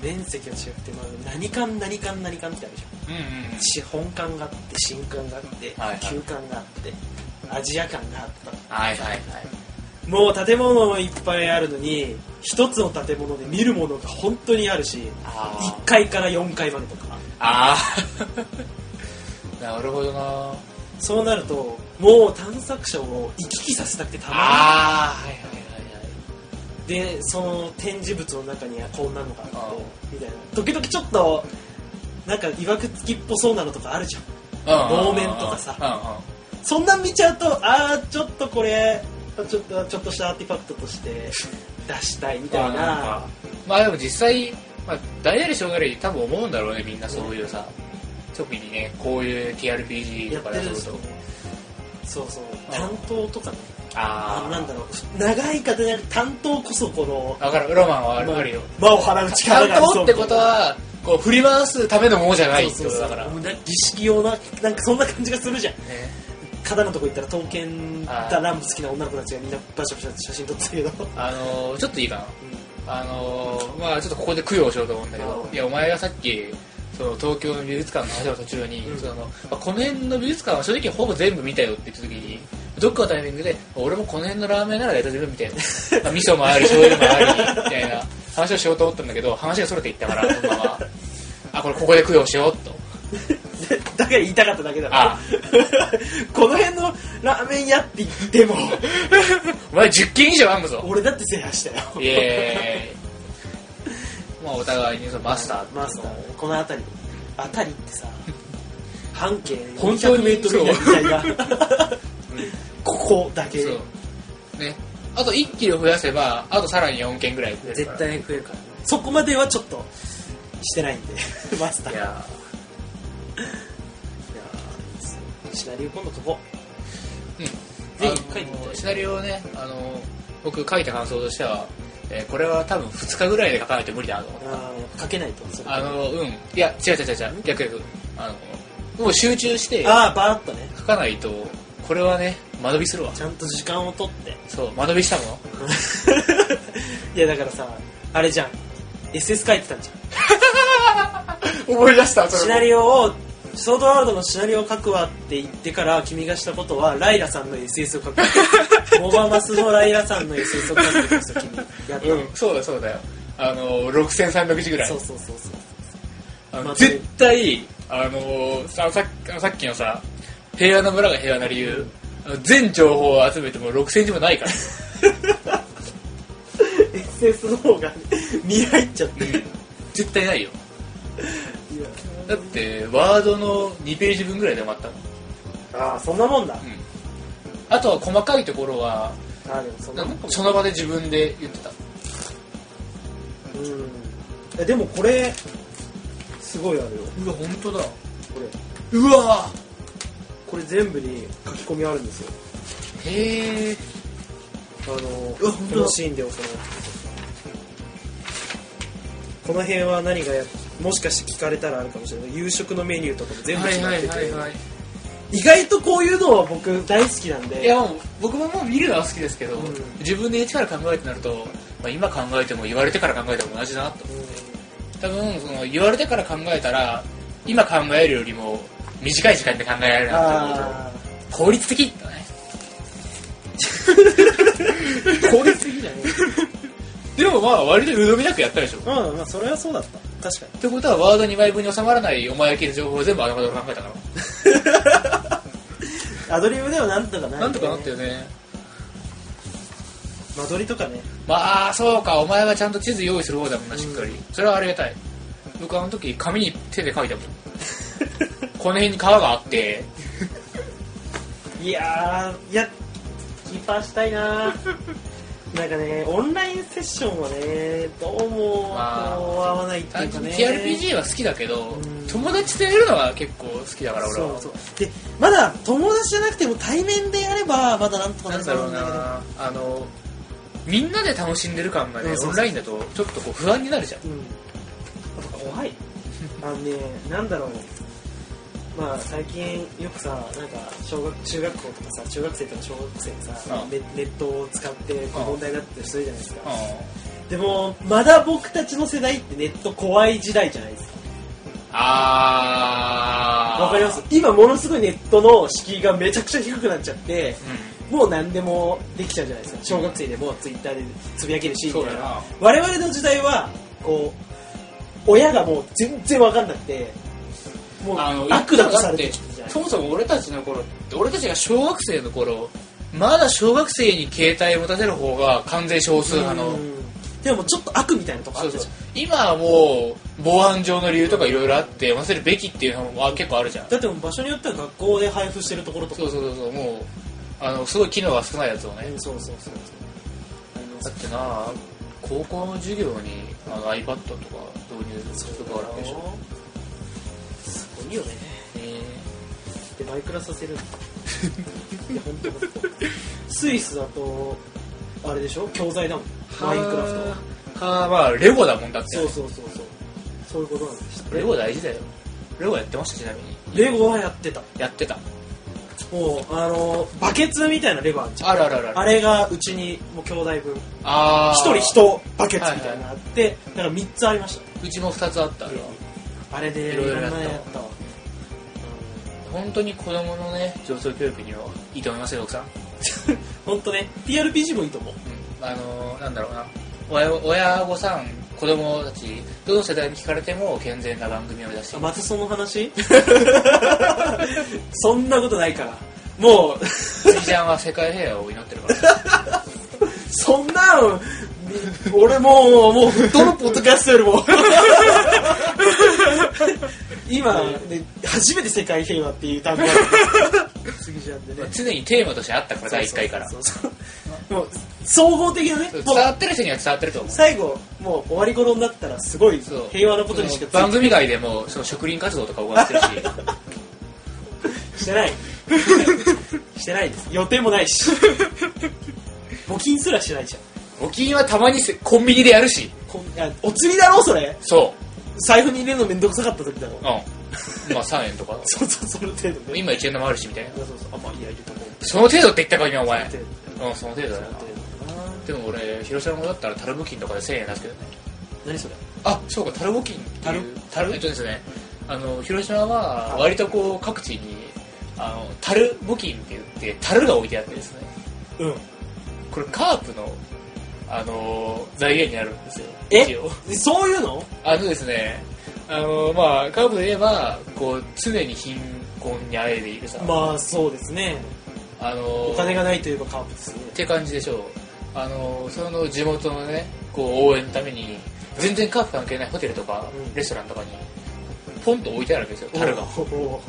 Speaker 1: 面積が違くて、まあ、何館何館何館ってあるでしょ
Speaker 2: うんうんうん
Speaker 1: 地本館があって新館があって
Speaker 2: はいはい
Speaker 1: 旧館があってアジア館があった
Speaker 2: はいはいはい
Speaker 1: もう建物もいっぱいあるのに一つの建物で見るものが本当にあるし
Speaker 2: あー
Speaker 1: 1階から4階までとか
Speaker 2: あ あなるほどな
Speaker 1: そうなるともう探索者を行き来させたくてたまらない
Speaker 2: ああはいはい
Speaker 1: でその展示物の中にはこんなのがあって
Speaker 2: ああ
Speaker 1: みたいな時々ちょっとなんかいわくつきっぽそうなのとかあるじゃん
Speaker 2: はいはい
Speaker 1: 能面とかさ
Speaker 2: う
Speaker 1: そんなん見ちゃうとああちょっとこれちょっとちょっとしたアーティファクトと して出したいみ
Speaker 2: んうん
Speaker 1: た
Speaker 2: う
Speaker 1: い
Speaker 2: ん
Speaker 1: な
Speaker 2: まあでも実際、まあ、大なり小なり多分思うんだろうねみんなそういうさ特にねこういう TRPG
Speaker 1: や
Speaker 2: と
Speaker 1: ってる
Speaker 2: かだ
Speaker 1: ん
Speaker 2: と
Speaker 1: ですよねそうそう
Speaker 2: ああ
Speaker 1: 担当とかねあの
Speaker 2: あ
Speaker 1: なんだろう長い方じゃなく担当こそこの
Speaker 2: あ分かるロマンはあるあるよ
Speaker 1: 魔を払う
Speaker 2: ちゃ
Speaker 1: 力があり
Speaker 2: ん
Speaker 1: そ
Speaker 2: と
Speaker 1: う
Speaker 2: ってことはこう振り回すためのものじゃないって
Speaker 1: そう
Speaker 2: こ
Speaker 1: そう
Speaker 2: と
Speaker 1: そ
Speaker 2: だ
Speaker 1: う
Speaker 2: から
Speaker 1: もうなんか儀式用ななんかそんな感じがするじゃん
Speaker 2: ね
Speaker 1: 肩のとこ行ったら刀剣だな好きな女の子たちがみんなバシャバシャ写真撮ってたけど、
Speaker 2: あのーちょっといいかなあのーまあちょっとここで供養しようと思うんだけど
Speaker 1: うん
Speaker 2: いやお前がさっきその東京の美術館の話の途中に、
Speaker 1: うん
Speaker 2: そのまあこの辺の美術館は正直ほぼ全部見たよって言った時にどっかのタイミングで俺もこの辺のラーメンなら大体全部見たよまあ味噌もあり醤油もありみたいな話をしようと思ったんだけど話がそれていったからそのままあこれここで供養しようと
Speaker 1: だから言いたかっただけだ
Speaker 2: あ
Speaker 1: この辺のラーメン屋って言って も
Speaker 2: お前10軒以上あんだぞ
Speaker 1: 俺だって制覇したよ
Speaker 2: イエーイまあお互いにそのマスター
Speaker 1: マスターねこの辺り辺りってさ半径
Speaker 2: 本当に
Speaker 1: 400m 以内み たいなここだけ
Speaker 2: そうねあと1キロ増やせばあとさらに4件ぐらい増えるから
Speaker 1: 絶対増えるからねそこまではちょっとしてないんで マスター
Speaker 2: い
Speaker 1: いや
Speaker 2: や
Speaker 1: ーいいっすよシナリオ今度書こ
Speaker 2: うん
Speaker 1: うぜひ書いてみ
Speaker 2: あの
Speaker 1: たい
Speaker 2: シナリオをねあの僕書いた感想としては、えーこれは多分2日ぐらいで書かないと無理だなと思って
Speaker 1: あー書けないとそれ
Speaker 2: あのうんいや違う違う違う違う逆逆あのもう集中して
Speaker 1: ああバーッとね
Speaker 2: 書かないとこれはね間延びするわ
Speaker 1: ちゃんと時間をとって
Speaker 2: そう間延びしたもの
Speaker 1: いやだからさあれじゃん SS 書いてたんじゃん
Speaker 2: 思い出した
Speaker 1: シナリオをソードワールドのシナリオを書くわって言ってから君がしたことはライラさんの SS を書く モバマスのライラさんの SS を書くんですよ君やったの、
Speaker 2: うんそうだそうだよあの6300字ぐらい
Speaker 1: そうそうそうそう
Speaker 2: あの
Speaker 1: まあ
Speaker 2: 絶対あのーささっさっきのさ平和な村が平和な理由あの全情報を集めても6000字もないから
Speaker 1: SS の方が見入っちゃって
Speaker 2: うん絶対ないよ
Speaker 1: いや
Speaker 2: だってワードの2ページ分ぐらいで終わったもん、
Speaker 1: ああそんなもんだ
Speaker 2: うんあとは細かいところは
Speaker 1: ああでもそんな
Speaker 2: なん
Speaker 1: もん
Speaker 2: か
Speaker 1: かも
Speaker 2: その場で自分で言ってた
Speaker 1: うんえでもこれすごいあるよ
Speaker 2: うわ本当だ
Speaker 1: これ
Speaker 2: うわ
Speaker 1: これ全部に書き込みあるんですよ
Speaker 2: へえ
Speaker 1: あの
Speaker 2: うわ本当
Speaker 1: こ
Speaker 2: だ
Speaker 1: のシーンでもそのこの辺は何がやもしかして聞かれたらあるかもしれない夕食のメニューとかも全部決まってて、
Speaker 2: い
Speaker 1: 意外とこういうのは僕大好きなんで
Speaker 2: いやもう僕ももう見るのは好きですけど、
Speaker 1: うん
Speaker 2: 自分で一から考えてなると、まあ、今考えても言われてから考えても同じだなと
Speaker 1: う
Speaker 2: 多分その言われてから考えたら今考えるよりも短い時間で考えられる
Speaker 1: ん
Speaker 2: なって思う
Speaker 1: あ
Speaker 2: と効率的だね
Speaker 1: ー効率的じゃね
Speaker 2: でもまあ割とうどみなくやったでしょっ
Speaker 1: うんまあそれはそうだった確か
Speaker 2: てことはワード2枚分に収まらないお前だけの情報を全部頭で考えたか
Speaker 1: にアドリブではなんとかなる
Speaker 2: らなんとかなったよね
Speaker 1: 間取りとかね
Speaker 2: まあそうかお前はちゃんと地図用意する方だもんな
Speaker 1: うん
Speaker 2: しっかりそれはありがたい僕あの時紙に手で書いたもんこの辺に川があって
Speaker 1: いやーいやキーパーしたいなーなんかねオンラインセッションはねどうもこう
Speaker 2: まあ
Speaker 1: 合わないってい
Speaker 2: 単
Speaker 1: うか
Speaker 2: 純
Speaker 1: ね
Speaker 2: に TRPG は好きだけど
Speaker 1: うん
Speaker 2: 友達とやるのは結構好きだから俺
Speaker 1: そ
Speaker 2: は
Speaker 1: うそうでまだ友達じゃなくても対面でやればまだなんとかな
Speaker 2: な
Speaker 1: る
Speaker 2: んだろう
Speaker 1: と思んだ
Speaker 2: なあのみんなで楽しんでる感がね
Speaker 1: うんそうそう
Speaker 2: オンラインだとちょっとこう不安になるじゃん
Speaker 1: けどうんあと怖いあのねなんだろうまあ最近よくさなんか小学中学校とかさ中学生とか小学生がさ、
Speaker 2: うん
Speaker 1: ネネットを使ってこう
Speaker 2: うん
Speaker 1: 問題になってたりするじゃないですか、でもまだ僕たちの世代ってネット怖い時代じゃないですか
Speaker 2: あー
Speaker 1: わかります今ものすごいネットの敷居がめちゃくちゃ低くなっちゃって
Speaker 2: う
Speaker 1: もう何でもできちゃうじゃないですか小学生でもツイッターでつぶやけるし
Speaker 2: ん
Speaker 1: みたい
Speaker 2: そうだ
Speaker 1: な
Speaker 2: な
Speaker 1: 我々の時代はこう親がもう全然分かんなくてもう
Speaker 2: あの
Speaker 1: 悪だとされてきてるじゃない
Speaker 2: そもそも俺たちの頃って俺たちが小学生の頃まだ小学生に携帯持たせる方が完全少数派の
Speaker 1: うんでもちょっと悪みたいなとこあ
Speaker 2: そう
Speaker 1: った
Speaker 2: そ
Speaker 1: じ
Speaker 2: う
Speaker 1: ゃん
Speaker 2: 今はもう防犯上の理由とかいろいろあって持たせるべきっていうのは結構あるじゃん
Speaker 1: だってもう場所によっては学校で配布してるところとか
Speaker 2: そうそうそうそうもうあのすごい機能が少ないやつをね
Speaker 1: うんそうそうそうありま
Speaker 2: だっ
Speaker 1: す
Speaker 2: てな高校の授業にあの iPad とか導入するとかあるでしょ、
Speaker 1: すごいよね
Speaker 2: ね
Speaker 1: でマイクラさせ るいや本当本当スイスだとあれでしょ教材だもんマインクラフトは
Speaker 2: トはあまあレゴだもんだって
Speaker 1: そうそうそうそうそういうことなんでした
Speaker 2: レゴ大事だよレゴやってましたちなみに
Speaker 1: レゴはやってた
Speaker 2: やってた
Speaker 1: もうあのバケツみたいなレバーあるじゃん
Speaker 2: あるあるある
Speaker 1: あれがうちにもう兄弟分
Speaker 2: あー
Speaker 1: 一人一バケツみたいなのあってだから3つありまし
Speaker 2: うちも2つあっ
Speaker 1: た
Speaker 2: たあ
Speaker 1: ね
Speaker 2: れは
Speaker 1: あれで
Speaker 2: いろいろやった
Speaker 1: いろんなわ
Speaker 2: 本当に子供のね上層教育にはいいと思いますよ奥さん、うん
Speaker 1: 本当ね TRPG もいいと思う
Speaker 2: あのーなんだろうな親親御さん子供たちどの世代に聞かれても健全な番組を目指して
Speaker 1: あ
Speaker 2: い
Speaker 1: またその 話そんなことないからもう
Speaker 2: 辻ちゃんは世界平和を祈ってるから
Speaker 1: そんなん俺もうもうどのポッドキャストよりも今、ね、初めて世界平和っていう単語が杉ちゃんでね
Speaker 2: 常にテーマとしてあったから第1回から
Speaker 1: そうそうそうもう総合的なね
Speaker 2: 伝
Speaker 1: もう
Speaker 2: わってる人には伝わってると思う
Speaker 1: 最後もう終わり頃になったらすごい
Speaker 2: そう
Speaker 1: 平和なことにしかつ
Speaker 2: 番組外でもその植林活動とか終 わってるし
Speaker 1: してない してないです予定もないし募金すらしてないじゃん
Speaker 2: 募金はたまにせコンビニでやるし
Speaker 1: こんあお釣りだろそれ
Speaker 2: そ
Speaker 1: 財布に入れるのめんどくさかった時だろ
Speaker 2: ううんまあ3円とか
Speaker 1: そうそうその程度ね
Speaker 2: 今1円のもあるしみたいな
Speaker 1: そうそうそうあまあいいやいると思う
Speaker 2: その程度って言ったか今お前
Speaker 1: 程度
Speaker 2: うんその程度だよな
Speaker 1: 程度だな
Speaker 2: でも俺広島だったらタル募金とかで1000円出すけどね
Speaker 1: 何それ
Speaker 2: あそうかタル募金っていう
Speaker 1: タル
Speaker 2: タルえっとですねあの広島は割とこう各地にあのタル募金って言ってタルが置いてあってですね
Speaker 1: うん
Speaker 2: これカープのあの財源にあるんですよ
Speaker 1: え
Speaker 2: 一応
Speaker 1: でそういうの
Speaker 2: あのですね、あの、まあ、カープで言えば、こう、常に貧困にあえいでいるさ、
Speaker 1: まあそうですね
Speaker 2: あの、
Speaker 1: お金がないといえばカープですね
Speaker 2: って感じでしょう。あの、その地元のね、こう、応援のために、全然カープ関係ないホテルとか
Speaker 1: う、ん
Speaker 2: レストランとかに、ポンと置いてあるんですよ、樽が。
Speaker 1: おお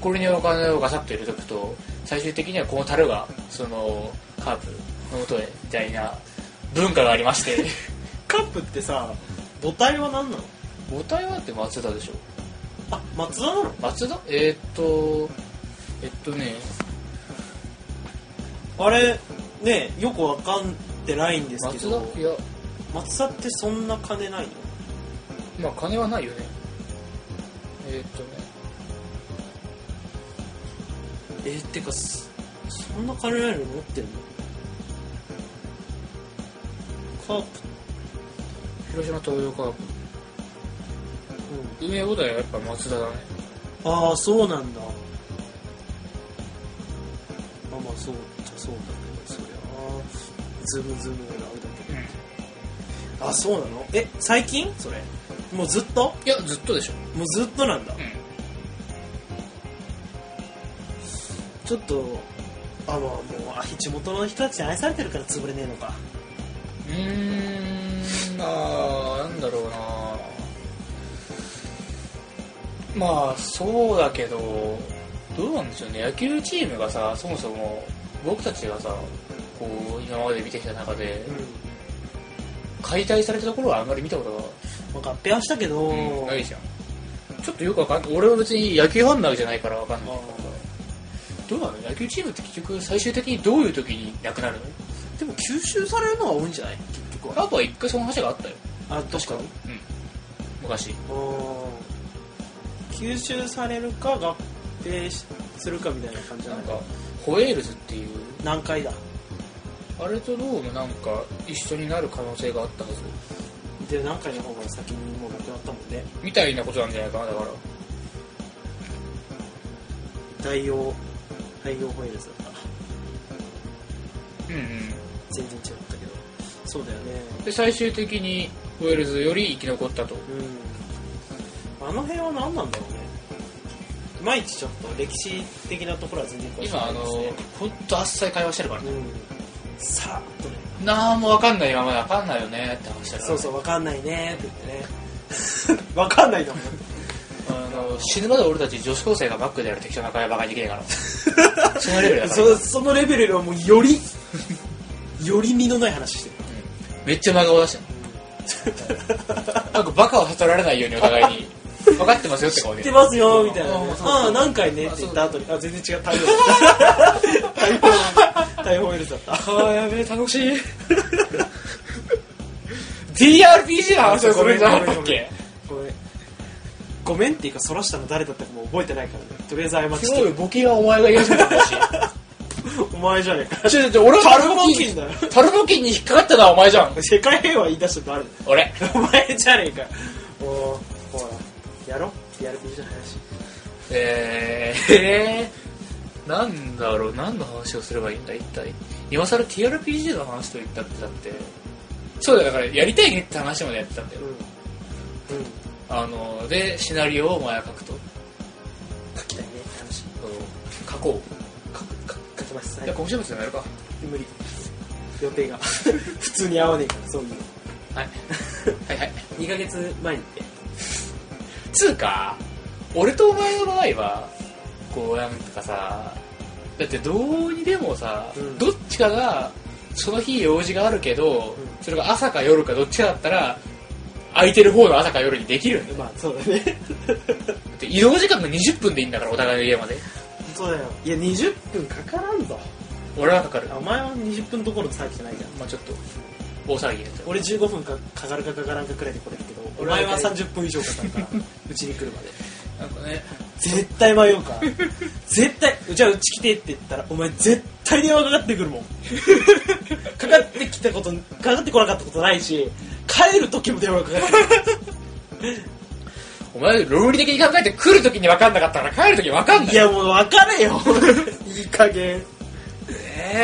Speaker 2: これにお金をガサッと入れとくと、最終的にはこの樽が、その、カープの元へ、みたいな文化があり まして、
Speaker 1: カープってさ母体は何なの
Speaker 2: 母体はって松田でしょ。
Speaker 1: あ松田なの
Speaker 2: 松田えーっと、えっとね、
Speaker 1: あれねよくわかんってないんですけ
Speaker 2: 松
Speaker 1: ど
Speaker 2: 田いや
Speaker 1: 松田ってそんな金ないの
Speaker 2: まあ金はないよねえーっとね
Speaker 1: えー、ってかそそんな金ないの持ってんのカープ
Speaker 2: 広島東洋カープ
Speaker 1: うん
Speaker 2: 梅五代はやっぱ松田だね
Speaker 1: ああそうなんだまあまあそうじゃそうだけどそりゃズブズブが合うだけ
Speaker 2: うん
Speaker 1: どあそうなのえ最近それもうずっと
Speaker 2: いやずっとでしょ
Speaker 1: もうずっとなんだ
Speaker 2: う
Speaker 1: ちょっとあまあもうあ地元の人たちに愛されてるから潰れねえのか
Speaker 2: んーんまあなんだろうなまあそうだけどどうなんでしょうね野球チームがさそもそも僕たちがさこう今まで見てきた中で
Speaker 1: う
Speaker 2: 解体されたところはあんまり見たこと
Speaker 1: ん、ま
Speaker 2: が
Speaker 1: あ、合併はしたけど、
Speaker 2: うんないじゃんちょっとよくわかんない俺は別に野球ファンなわけじゃないからわかん
Speaker 1: あ
Speaker 2: ない
Speaker 1: ー
Speaker 2: どうなの野球チームって結局最終的にどういう時になくなるの
Speaker 1: でも吸収されるのが多いんじゃない結局
Speaker 2: カープは一回その話があったよ
Speaker 1: あ確かに
Speaker 2: うん昔
Speaker 1: うん吸収されるか合併しするかみたいな感じじゃ
Speaker 2: な
Speaker 1: なんいか
Speaker 2: かホエールズっていう
Speaker 1: 何回だ
Speaker 2: あれとどうもなんか一緒になる可能性があったはず
Speaker 1: で何回の方が先にもうなくなったもんね
Speaker 2: みたいなことなんじゃないかなだから
Speaker 1: 大王大王ホイールズだった
Speaker 2: うんうん
Speaker 1: 全然違ったけどそうだよね
Speaker 2: で最終的にホエールズより生き残ったと
Speaker 1: うんあの辺は何なんだろうねいまいちちょっと歴史的なところは全然詳しく
Speaker 2: 今
Speaker 1: な
Speaker 2: あ
Speaker 1: い
Speaker 2: の
Speaker 1: ですね
Speaker 2: ほんとあっさり会話してるからね
Speaker 1: うんさらっとね
Speaker 2: なんもわかんないままわかんないよねって話だから
Speaker 1: そ
Speaker 2: ね
Speaker 1: うそうわかんないねって言ってねわかん ないと思う
Speaker 2: あの死ぬまで俺たち女子高生がマックでやる適当な会話ばかりできないから そのレベルだから、
Speaker 1: そ
Speaker 2: う
Speaker 1: そのレベルよりはもうよりより身のない話してる
Speaker 2: んめっちゃ真顔出して るなんかバカを悟られないようにお互いに分かってますよって顔
Speaker 1: 知っ
Speaker 2: で
Speaker 1: てますよみたいな、ね
Speaker 2: あ、そうそう
Speaker 1: ああ何回ねって言った後にあ全 然違う台風台風ウイルスだった
Speaker 2: ああやべえ楽し い DRPG の話をするんじゃなかったっけ
Speaker 1: ごめんごめんっていうかそらしたの誰だったかもう覚えてないからねとりあえず謝っ
Speaker 2: すご
Speaker 1: て
Speaker 2: いボケはお前が言い始めたんだし
Speaker 1: お前じゃねえか
Speaker 2: ちょちょちょ俺
Speaker 1: タルボキンだよ
Speaker 2: タルボキンに引っかかったのはお前じゃん
Speaker 1: 世界平和言い出したの誰
Speaker 2: 俺
Speaker 1: だお前じゃねえかおーほやろ TRPG の話
Speaker 2: えー、えー、 なんだろう、何の話をすればいいんだ、一体。今更 TRPG の話と言ったって、だって。そうだよ、だから、やりたいねって話までやってたんだよ。
Speaker 1: うんうん
Speaker 2: あの、で、シナリオをまや書くと。
Speaker 1: 書きたいねって話
Speaker 2: 書こ
Speaker 1: 書く書く書きます
Speaker 2: う。
Speaker 1: はい
Speaker 2: や、今週末になるか。
Speaker 1: い無理予定が 普通に合わねえからそういうの
Speaker 2: はい。はいはい。
Speaker 1: 2ヶ月前にって
Speaker 2: つうか、俺とお前の場合は、こうなんかさ、だってどうにでもさ、
Speaker 1: うん
Speaker 2: どっちかが、その日用事があるけど、
Speaker 1: うん
Speaker 2: それが朝か夜かどっちかだったら、空いてる方の朝か夜にできるんだよ。
Speaker 1: まあそうだね
Speaker 2: だって移動時間が20分でいいんだから、お互いの家まで。
Speaker 1: そうだよいや20分かからんぞ
Speaker 2: 俺はかかる。
Speaker 1: お前は20分どころの騒ぎじゃないじゃん
Speaker 2: まあちょっと、大騒ぎだった。
Speaker 1: 俺15分かかかるかかからんかくらいで来れるけどお前は30分以上かかるからうちに来るまで
Speaker 2: なんかね、
Speaker 1: 絶対迷うから絶対じゃあうち来てって言ったらお前絶対電話かかってくるもんかかってきたことかかってこなかったことないし帰る時も電話かかってくる
Speaker 2: お前、論理的に考えて来る時に分かんなかったから帰る時に分かんない。
Speaker 1: いやもう分かれよいい加減
Speaker 2: ね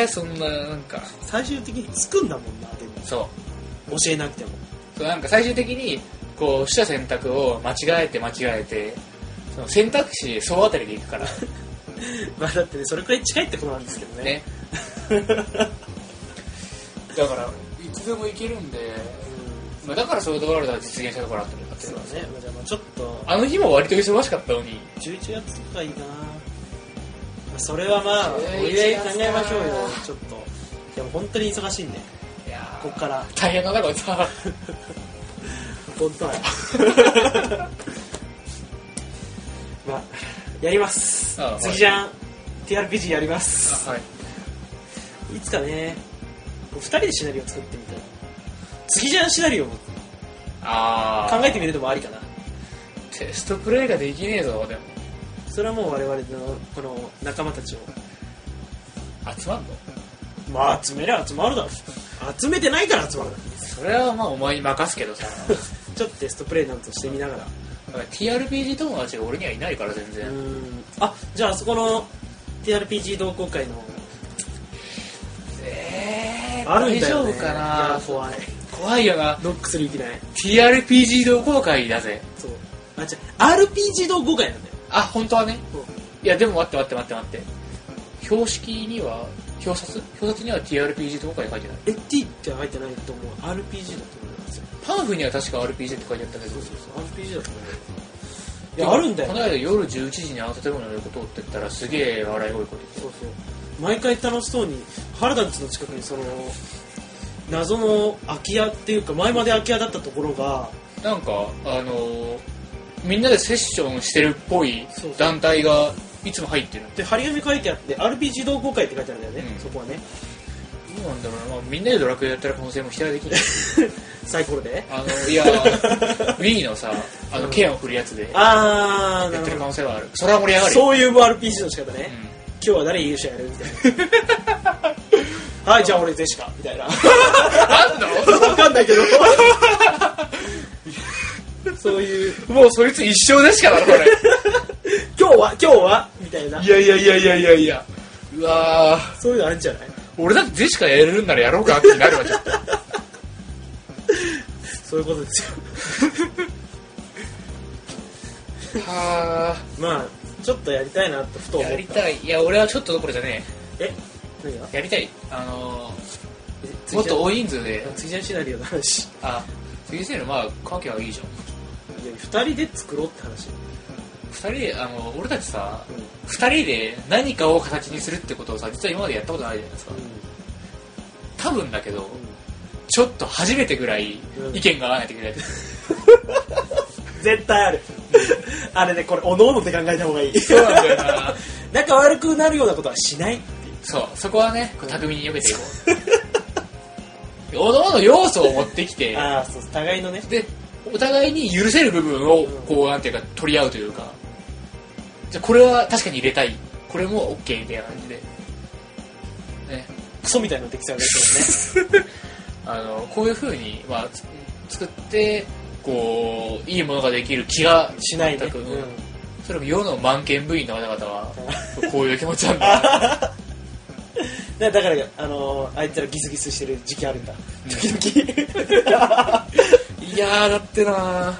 Speaker 2: え、そんな、なんか、
Speaker 1: 最終的につくんだもんなでも
Speaker 2: そう。
Speaker 1: 教えなくても
Speaker 2: そうなんか最終的にこうした選択を間違えて間違えてその選択肢総当たりでいくから
Speaker 1: まあだってねそれくらい近いってことなんですけ どね
Speaker 2: ねだからいつでもいけるんで、
Speaker 1: うん
Speaker 2: まあ、だからそういうところでは実現したところだったりだって
Speaker 1: そうだねまあじゃあまあちょっと
Speaker 2: あの日も割と忙しかったのに
Speaker 1: 11月とかいいかな、まあ、それはまあお
Speaker 2: 11
Speaker 1: 祝い考えましょうよ
Speaker 2: 月
Speaker 1: ちょっとでも本当に忙しいんで
Speaker 2: いやー
Speaker 1: こっから
Speaker 2: 大変だなこいつ は
Speaker 1: 本当は まあやります
Speaker 2: あはい
Speaker 1: 次じゃん TRPG やりま
Speaker 2: あ
Speaker 1: す
Speaker 2: はい
Speaker 1: いつかね2人でシナリオ作ってみたい次じゃんシナリオも
Speaker 2: あ
Speaker 1: 考えてみるのもありかな
Speaker 2: ーテストプレイができねえぞでも
Speaker 1: それはもう我々のこの仲間たちを
Speaker 2: 集まんの
Speaker 1: まあ集めりゃ集まるだろ集めてないから集まるだろ
Speaker 2: それはまあお前に任すけ どさ
Speaker 1: ちょっとテストプレイなんとしてみながら
Speaker 2: だから TRPG 友達が俺にはいないから全然、
Speaker 1: うんあじゃあそこの TRPG 同好会の
Speaker 2: えー、
Speaker 1: あるんだよ、
Speaker 2: 大
Speaker 1: ね、
Speaker 2: 丈夫か
Speaker 1: い
Speaker 2: な
Speaker 1: や怖い
Speaker 2: 怖いよな
Speaker 1: ノックする気ない
Speaker 2: TRPG 同好会だぜ
Speaker 1: そうあ違う RPG 同好会なんだよ
Speaker 2: あ本当はね
Speaker 1: そう
Speaker 2: いやでも待って待って待って待って標識には表札表札には TRPG 同好会書いてない
Speaker 1: T って入ってないと思う RPG だと思いますよ
Speaker 2: パンフには確か RPG って書いてあったけど
Speaker 1: そうそうそう RPG だと思ういやあるんだよ
Speaker 2: この間夜11時にあの建物の横通ってったらすげえ笑い声こえて
Speaker 1: そうそう毎回楽しそうに原田んちの近くにその謎の空き家っていうか前まで空き家だったところが
Speaker 2: きてなんかあのーみんなでセッションしてるっぽい
Speaker 1: そうそう
Speaker 2: 団体がいつも入ってる
Speaker 1: で張り紙書いてあって RPG 同好会って書いてあるんだよね、
Speaker 2: うん
Speaker 1: そこはね
Speaker 2: どうなんだろうな、まあ、みんなでドラクエやってる可能性も否定はでき ない
Speaker 1: サイコロで
Speaker 2: あの、いや、Wii のさ、あの、剣を振るやつで、や
Speaker 1: あーな
Speaker 2: ってる
Speaker 1: る
Speaker 2: 可
Speaker 1: ほ
Speaker 2: 能性はある。それは盛り上が
Speaker 1: ど
Speaker 2: るよ。
Speaker 1: そういう RPG の仕方ね、
Speaker 2: う
Speaker 1: 今
Speaker 2: ん
Speaker 1: 日は誰勇者やるみたい なはいじゃあ俺ゼシカみたいな
Speaker 2: あ
Speaker 1: わかんないけどそういうん
Speaker 2: のもうそいつ一生でしかだろ、これ。
Speaker 1: 今日は今日はみたいない
Speaker 2: やいやいやいやいやいや。うわぁ、
Speaker 1: そういうのあるんじゃない
Speaker 2: 俺だってゼシカやれるんならやろうかってなるわ、ちょっと。
Speaker 1: そういうことですよ
Speaker 2: は
Speaker 1: まあちょっとやりたいなとふと思
Speaker 2: ぁ、
Speaker 1: った
Speaker 2: やりたい。いや、俺はちょっとどころじゃね
Speaker 1: え何が
Speaker 2: え。やりたい。あのー、
Speaker 1: え
Speaker 2: もっと大人数で、
Speaker 1: 次じゃんシナリオの話い
Speaker 2: あ、次生の、まあ、関係はいいじゃん。
Speaker 1: や二人で作ろうって話、
Speaker 2: 二人で、あの、俺たちさ、
Speaker 1: うん
Speaker 2: 二人で何かを形にするってことをさ、実は今までやったことないじゃないですか。多分だけど、ちょっと初めてぐらい
Speaker 1: うん
Speaker 2: 意見が合わないといけない。
Speaker 1: 絶対あるあれねこれおのおのって考えた方がいい
Speaker 2: そうなんだよな。
Speaker 1: 仲悪くなるようなことはしない
Speaker 2: そう、そこはね、こう巧みに避けていこう。おのおの要素を持ってきて、
Speaker 1: ああそう互いのね
Speaker 2: で、お互いに許せる部分を
Speaker 1: うん、
Speaker 2: こう、なんていうか、取り合うというか、じゃあこれは確かに入れたい。これも OK みたいな感じで。ね。
Speaker 1: クソみたいなのできちゃうわけですよね
Speaker 2: あの、こういう風に、まあ、つ作って、こういいものができる気が
Speaker 1: しないで、
Speaker 2: 全
Speaker 1: う
Speaker 2: く
Speaker 1: ん
Speaker 2: うんそれも世の満研部員の方々 はこういう気持ちなんだ
Speaker 1: だだから、あのーあいつらギスギスしてる時期あるんだ
Speaker 2: うん
Speaker 1: 時々
Speaker 2: いやーだってな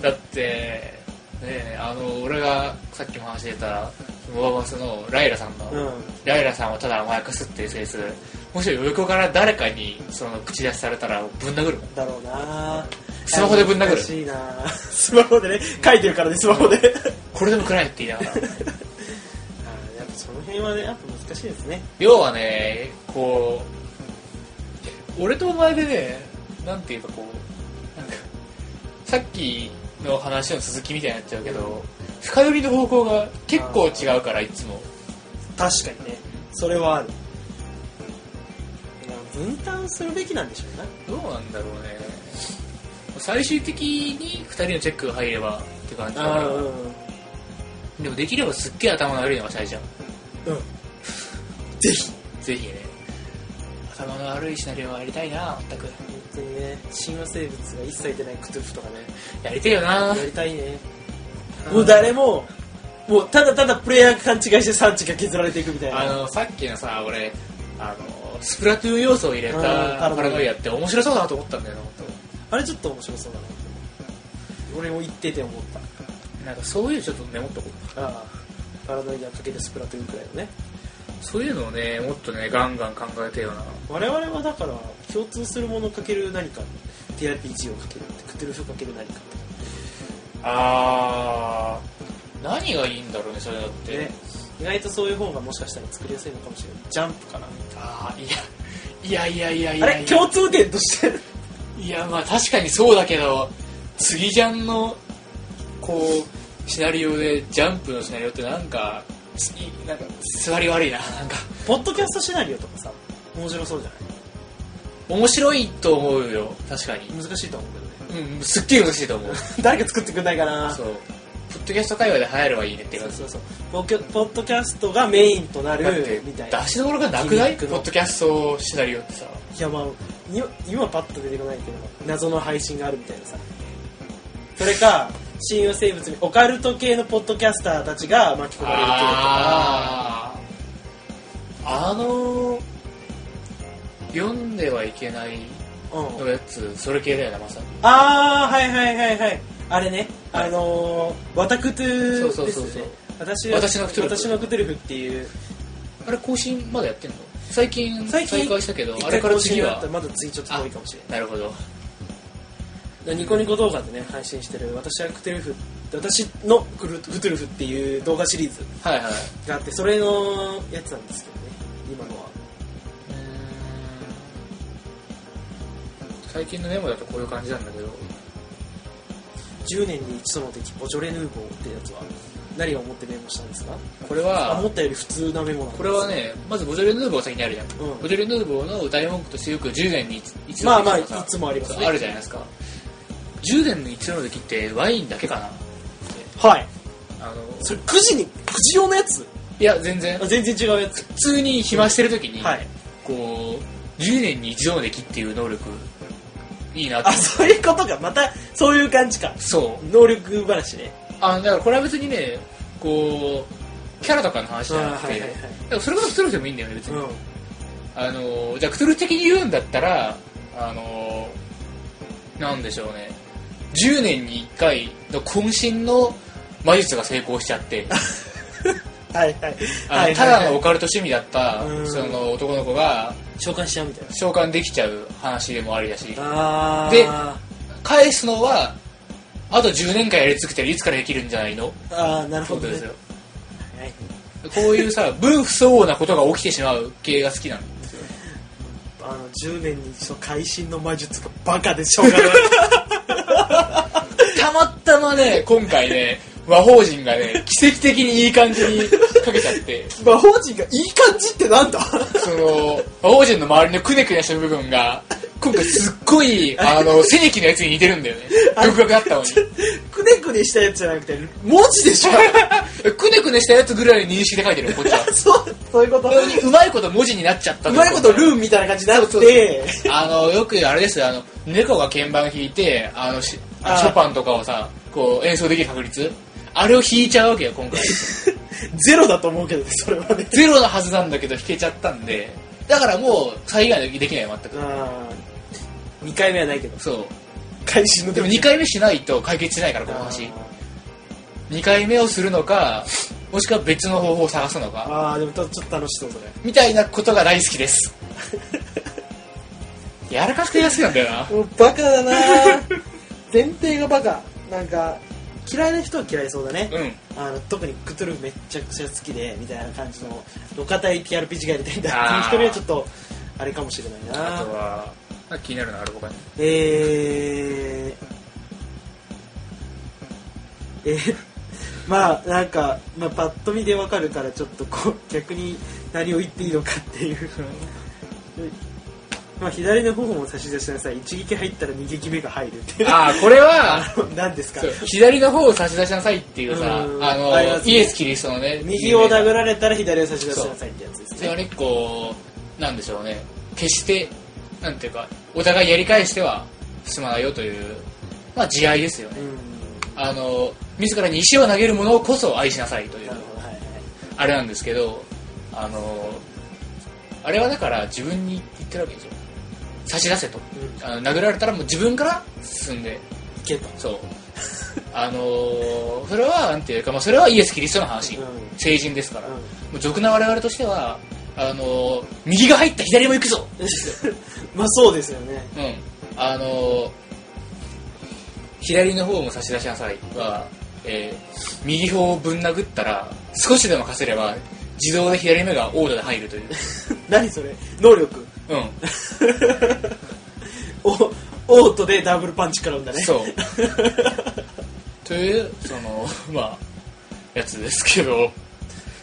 Speaker 2: ーだってねえあの俺がさっきも話してたそのババスのライラさんの、
Speaker 1: うん
Speaker 2: ライラさんをただ甘やかすっていうセンスもし横から誰かにその口出しされたらぶん殴るもん
Speaker 1: だろうな
Speaker 2: スマホでぶん殴る
Speaker 1: 難しいなスマホでね書いてるからねスマホで
Speaker 2: これでも食らえって言いながら
Speaker 1: あ ーやっぱその辺はねやっぱ難しいですね
Speaker 2: 要はねこう俺とお前でねなんていうかこうなんかさっきの話の続きみたいになっちゃうけど深寄りの方向が結構違うからいつも
Speaker 1: 確かにねそれはある、うん、分担するべきなんでしょうね
Speaker 2: どうなんだろうね最終的に2人のチェックが入ればって感じだから
Speaker 1: うん
Speaker 2: でもできればすっげえ頭の悪いのがしたいじゃん
Speaker 1: ぜひ
Speaker 2: ぜひね頭の悪いシナリオはやりたいな全く
Speaker 1: 本当にね神話生物が一切出ないクトゥーフとかね
Speaker 2: やりてえよ
Speaker 1: や
Speaker 2: な
Speaker 1: りたいねもう誰ももうただただプレイヤーが勘違いして産地が削られていくみたいな
Speaker 2: あのさっきのさ俺あのスプラトゥーン要素を入れた
Speaker 1: うん
Speaker 2: パラノイアって面白そうだなと思ったんだよな本
Speaker 1: あれちょっと面白そうだな俺も言ってて思った
Speaker 2: 当なんかそういうのちょっとメモっとこう
Speaker 1: ああパラノイアかけてスプラトゥーンくらいのね
Speaker 2: そういうのをねもっとねガンガン考えてよな
Speaker 1: 我々はだから共通するものかける何か TRPG をかけるクトゥルフかける何か
Speaker 2: あー何がいいんだろうねそれだって、
Speaker 1: ね意外とそういう方がもしかしたら作りやすいのかもしれないジャンプかな
Speaker 2: ああいやいやいやいやいや
Speaker 1: あれ
Speaker 2: いや
Speaker 1: 共通点として
Speaker 2: いやまあ確かにそうだけど次ジャンのこうシナリオでジャンプのシナリオってなんかついなんか座り悪いな なんか
Speaker 1: ポッドキャストシナリオとかさ面白そうじゃ
Speaker 2: 面白いと思うよ確かに
Speaker 1: ない難しいと思うけどね
Speaker 2: うんすっげえ難しいと思う
Speaker 1: 誰か作ってくんないかな
Speaker 2: そうポッドキャスト界隈で流行ればいいねって
Speaker 1: そ
Speaker 2: 感
Speaker 1: う
Speaker 2: じ
Speaker 1: そうそうポッキャポッドキャストがメインとな
Speaker 2: だって
Speaker 1: るみたいな
Speaker 2: 出しどころがなくな
Speaker 1: ギミッ
Speaker 2: い
Speaker 1: ク
Speaker 2: ポ
Speaker 1: の
Speaker 2: ッドキャストシナリオってさ
Speaker 1: いやまあに今パッと出てこないけど謎の配信があるみたいなさそれか信用生物にオカルト系のポッドキャスターたちが巻き込まれる系とか
Speaker 2: あーあの読んではいけない
Speaker 1: うん
Speaker 2: のやつそれ系だよなまさに
Speaker 1: ああはいはいはいはいあれね、あのー、ワタクトゥ
Speaker 2: そ
Speaker 1: です
Speaker 2: うそ
Speaker 1: ね
Speaker 2: うそうそ
Speaker 1: 私
Speaker 2: う私のクトゥルフ
Speaker 1: 私のクトゥルフっていう
Speaker 2: あれ更新まだやってんの最近
Speaker 1: 最近
Speaker 2: 再開したけど
Speaker 1: 一
Speaker 2: あれ
Speaker 1: 回
Speaker 2: から
Speaker 1: 更新
Speaker 2: 次
Speaker 1: になっ
Speaker 2: は
Speaker 1: たまだ次ちょっと遠いかもしれない
Speaker 2: なるほど
Speaker 1: ニコニコ動画でね配信してる私はクトゥルフ私のクルクトゥルフっていう動画シリーズ
Speaker 2: はいはい
Speaker 1: があってそれのやつなんですけどね今のは
Speaker 2: 最近のメモだとこういう感じなんだけど
Speaker 1: 10年に一度の敵ボジョレ・ヌーボーってやつは何を思ってメモしたんですか
Speaker 2: これ
Speaker 1: あ
Speaker 2: は
Speaker 1: 思ったより普通なメモなんです
Speaker 2: これはねまずボジョレ・ヌーボーが先にあるじゃん、
Speaker 1: うん
Speaker 2: ボジョレ・ヌーボーの大文句としてよく10年に一
Speaker 1: まあ
Speaker 2: 度
Speaker 1: まあ
Speaker 2: の
Speaker 1: い
Speaker 2: 敵とかさ
Speaker 1: つもありますね
Speaker 2: あるじゃないですか10年に一度の時ってワインだけかな
Speaker 1: はい
Speaker 2: あの
Speaker 1: それ9時に9時用のやつ
Speaker 2: いや全然
Speaker 1: あ
Speaker 2: 普
Speaker 1: 全然違うやつ
Speaker 2: 通に暇してる時に、
Speaker 1: はい
Speaker 2: こう10年に一度の敵っていう能力いいなって
Speaker 1: あそういうことかまたそういう感じか
Speaker 2: そう
Speaker 1: 能力話ね
Speaker 2: あだからこれは別にねこうキャラとかの話じゃな
Speaker 1: あ
Speaker 2: くて、
Speaker 1: ーはいはいはい
Speaker 2: だからそれこそクトゥルフでもいいんだよね別に、
Speaker 1: うん
Speaker 2: あのじゃあクトゥルフ的に言うんだったらあのなんでしょうね10年に1回の渾身の魔術が成功しちゃって
Speaker 1: はいはい
Speaker 2: あの
Speaker 1: はいはいはい
Speaker 2: ただのオカルト趣味だった
Speaker 1: うん
Speaker 2: その男の子が
Speaker 1: 召喚しちゃうみたい
Speaker 2: 召喚できちゃう話でもありだし
Speaker 1: なあ
Speaker 2: で
Speaker 1: あ
Speaker 2: 返すのはあと10年間やり続けてるいつからできるんじゃないのって
Speaker 1: あなるほ
Speaker 2: こ
Speaker 1: ど
Speaker 2: と
Speaker 1: ね
Speaker 2: ですよ
Speaker 1: はい
Speaker 2: こういうさ、分不相応なことが起きてしまう系が好きなの。
Speaker 1: あの10年に一度会心の魔術がバカでしょうがない
Speaker 2: たまたまね、今回ね、魔法陣がね、奇跡的にいい感じにかけちゃって、
Speaker 1: 魔法陣がいい感じってなんだ
Speaker 2: その、魔法陣の周りのくねくねした部分が、今回すっごい、あの、セネキのやつに似てるんだよね。独学だったの に。
Speaker 1: くねくねしたやつじゃなくて文字でしょ
Speaker 2: くねくねしたやつぐらいの認識で書いてるよ、こっちは。
Speaker 1: そうそういうこと
Speaker 2: ううまいこと文字になっちゃった
Speaker 3: うまいことルーンみたいな感じになって、
Speaker 2: あのよくあれですあの猫が鍵盤弾いてあのしあ
Speaker 3: あー
Speaker 2: ショパンとかをさこう演奏できる確率あれを弾いちゃうわけよ 今回
Speaker 3: ゼロだと思うけどね、それはね。
Speaker 2: ゼロのはずなんだけど弾けちゃったんでだからもう再現できない全く
Speaker 1: あ2回目はないけど
Speaker 2: そ
Speaker 3: 開始の
Speaker 2: うでも2回目しないと解決しないからこの話2回目をするのかもしくは別の方法を探すのか
Speaker 1: ああでもちょっと楽しそうそれ
Speaker 2: みたいなことが大好きです やらかしてやすいなんだよな
Speaker 3: もうバカだな 前提がバカ。なんか、
Speaker 1: 嫌いな人は嫌いそうだね
Speaker 2: うん
Speaker 1: あの特にクトゥルフめっちゃくちゃ好きでみたいな感じの路肩い TRPG がやりたいんだっていう人にはちょっとあれかもしれない
Speaker 2: あと
Speaker 1: な
Speaker 2: はなんか気になるのある他に
Speaker 1: えー、え ー、まあなんか、まあ、パッと見でわかるからちょっとこう逆に何を言っていいのかっていうまあ左の頬も差し出しなさい一撃入ったら二撃目が入るっていう
Speaker 2: ああこれは
Speaker 1: 何ですか
Speaker 2: そう左の方を差し出しなさいっていうさ
Speaker 1: うん
Speaker 2: あ
Speaker 1: ありま
Speaker 2: の
Speaker 1: すね
Speaker 2: イエス・キリストのね
Speaker 1: 右を
Speaker 2: だ
Speaker 1: 殴られたら左を差し出しなさいってやつです
Speaker 2: そ
Speaker 1: ね
Speaker 2: れにこうなんでしょうね決してなんていうかお互いやり返しては進まないよというまあ慈愛ですよね
Speaker 1: うん
Speaker 2: あの自らに石を投げる者こそ愛しなさいという
Speaker 1: なるほどはいはい
Speaker 2: あれなんですけどあのあれはだから自分に言ってるわけですよ差し出せと
Speaker 1: うん
Speaker 2: あの殴られたらもう自分から進んで
Speaker 1: いけと
Speaker 2: そう あのそれはなんていうか、まあ、それはイエス・キリストの話、
Speaker 1: うん
Speaker 2: 成人ですから、
Speaker 1: うん
Speaker 2: もう俗な我々としてはあの右が入った左も行くぞ
Speaker 1: まあそうですよね
Speaker 2: うんあの左の方も差し出しなさいは、えー右方をぶん殴ったら少しでもかせれば自動で左目がオーダーで入 るという
Speaker 1: 何それ能力
Speaker 2: うん
Speaker 1: おオートでダブルパンチからんだね
Speaker 2: そうというそのまあやつですけど、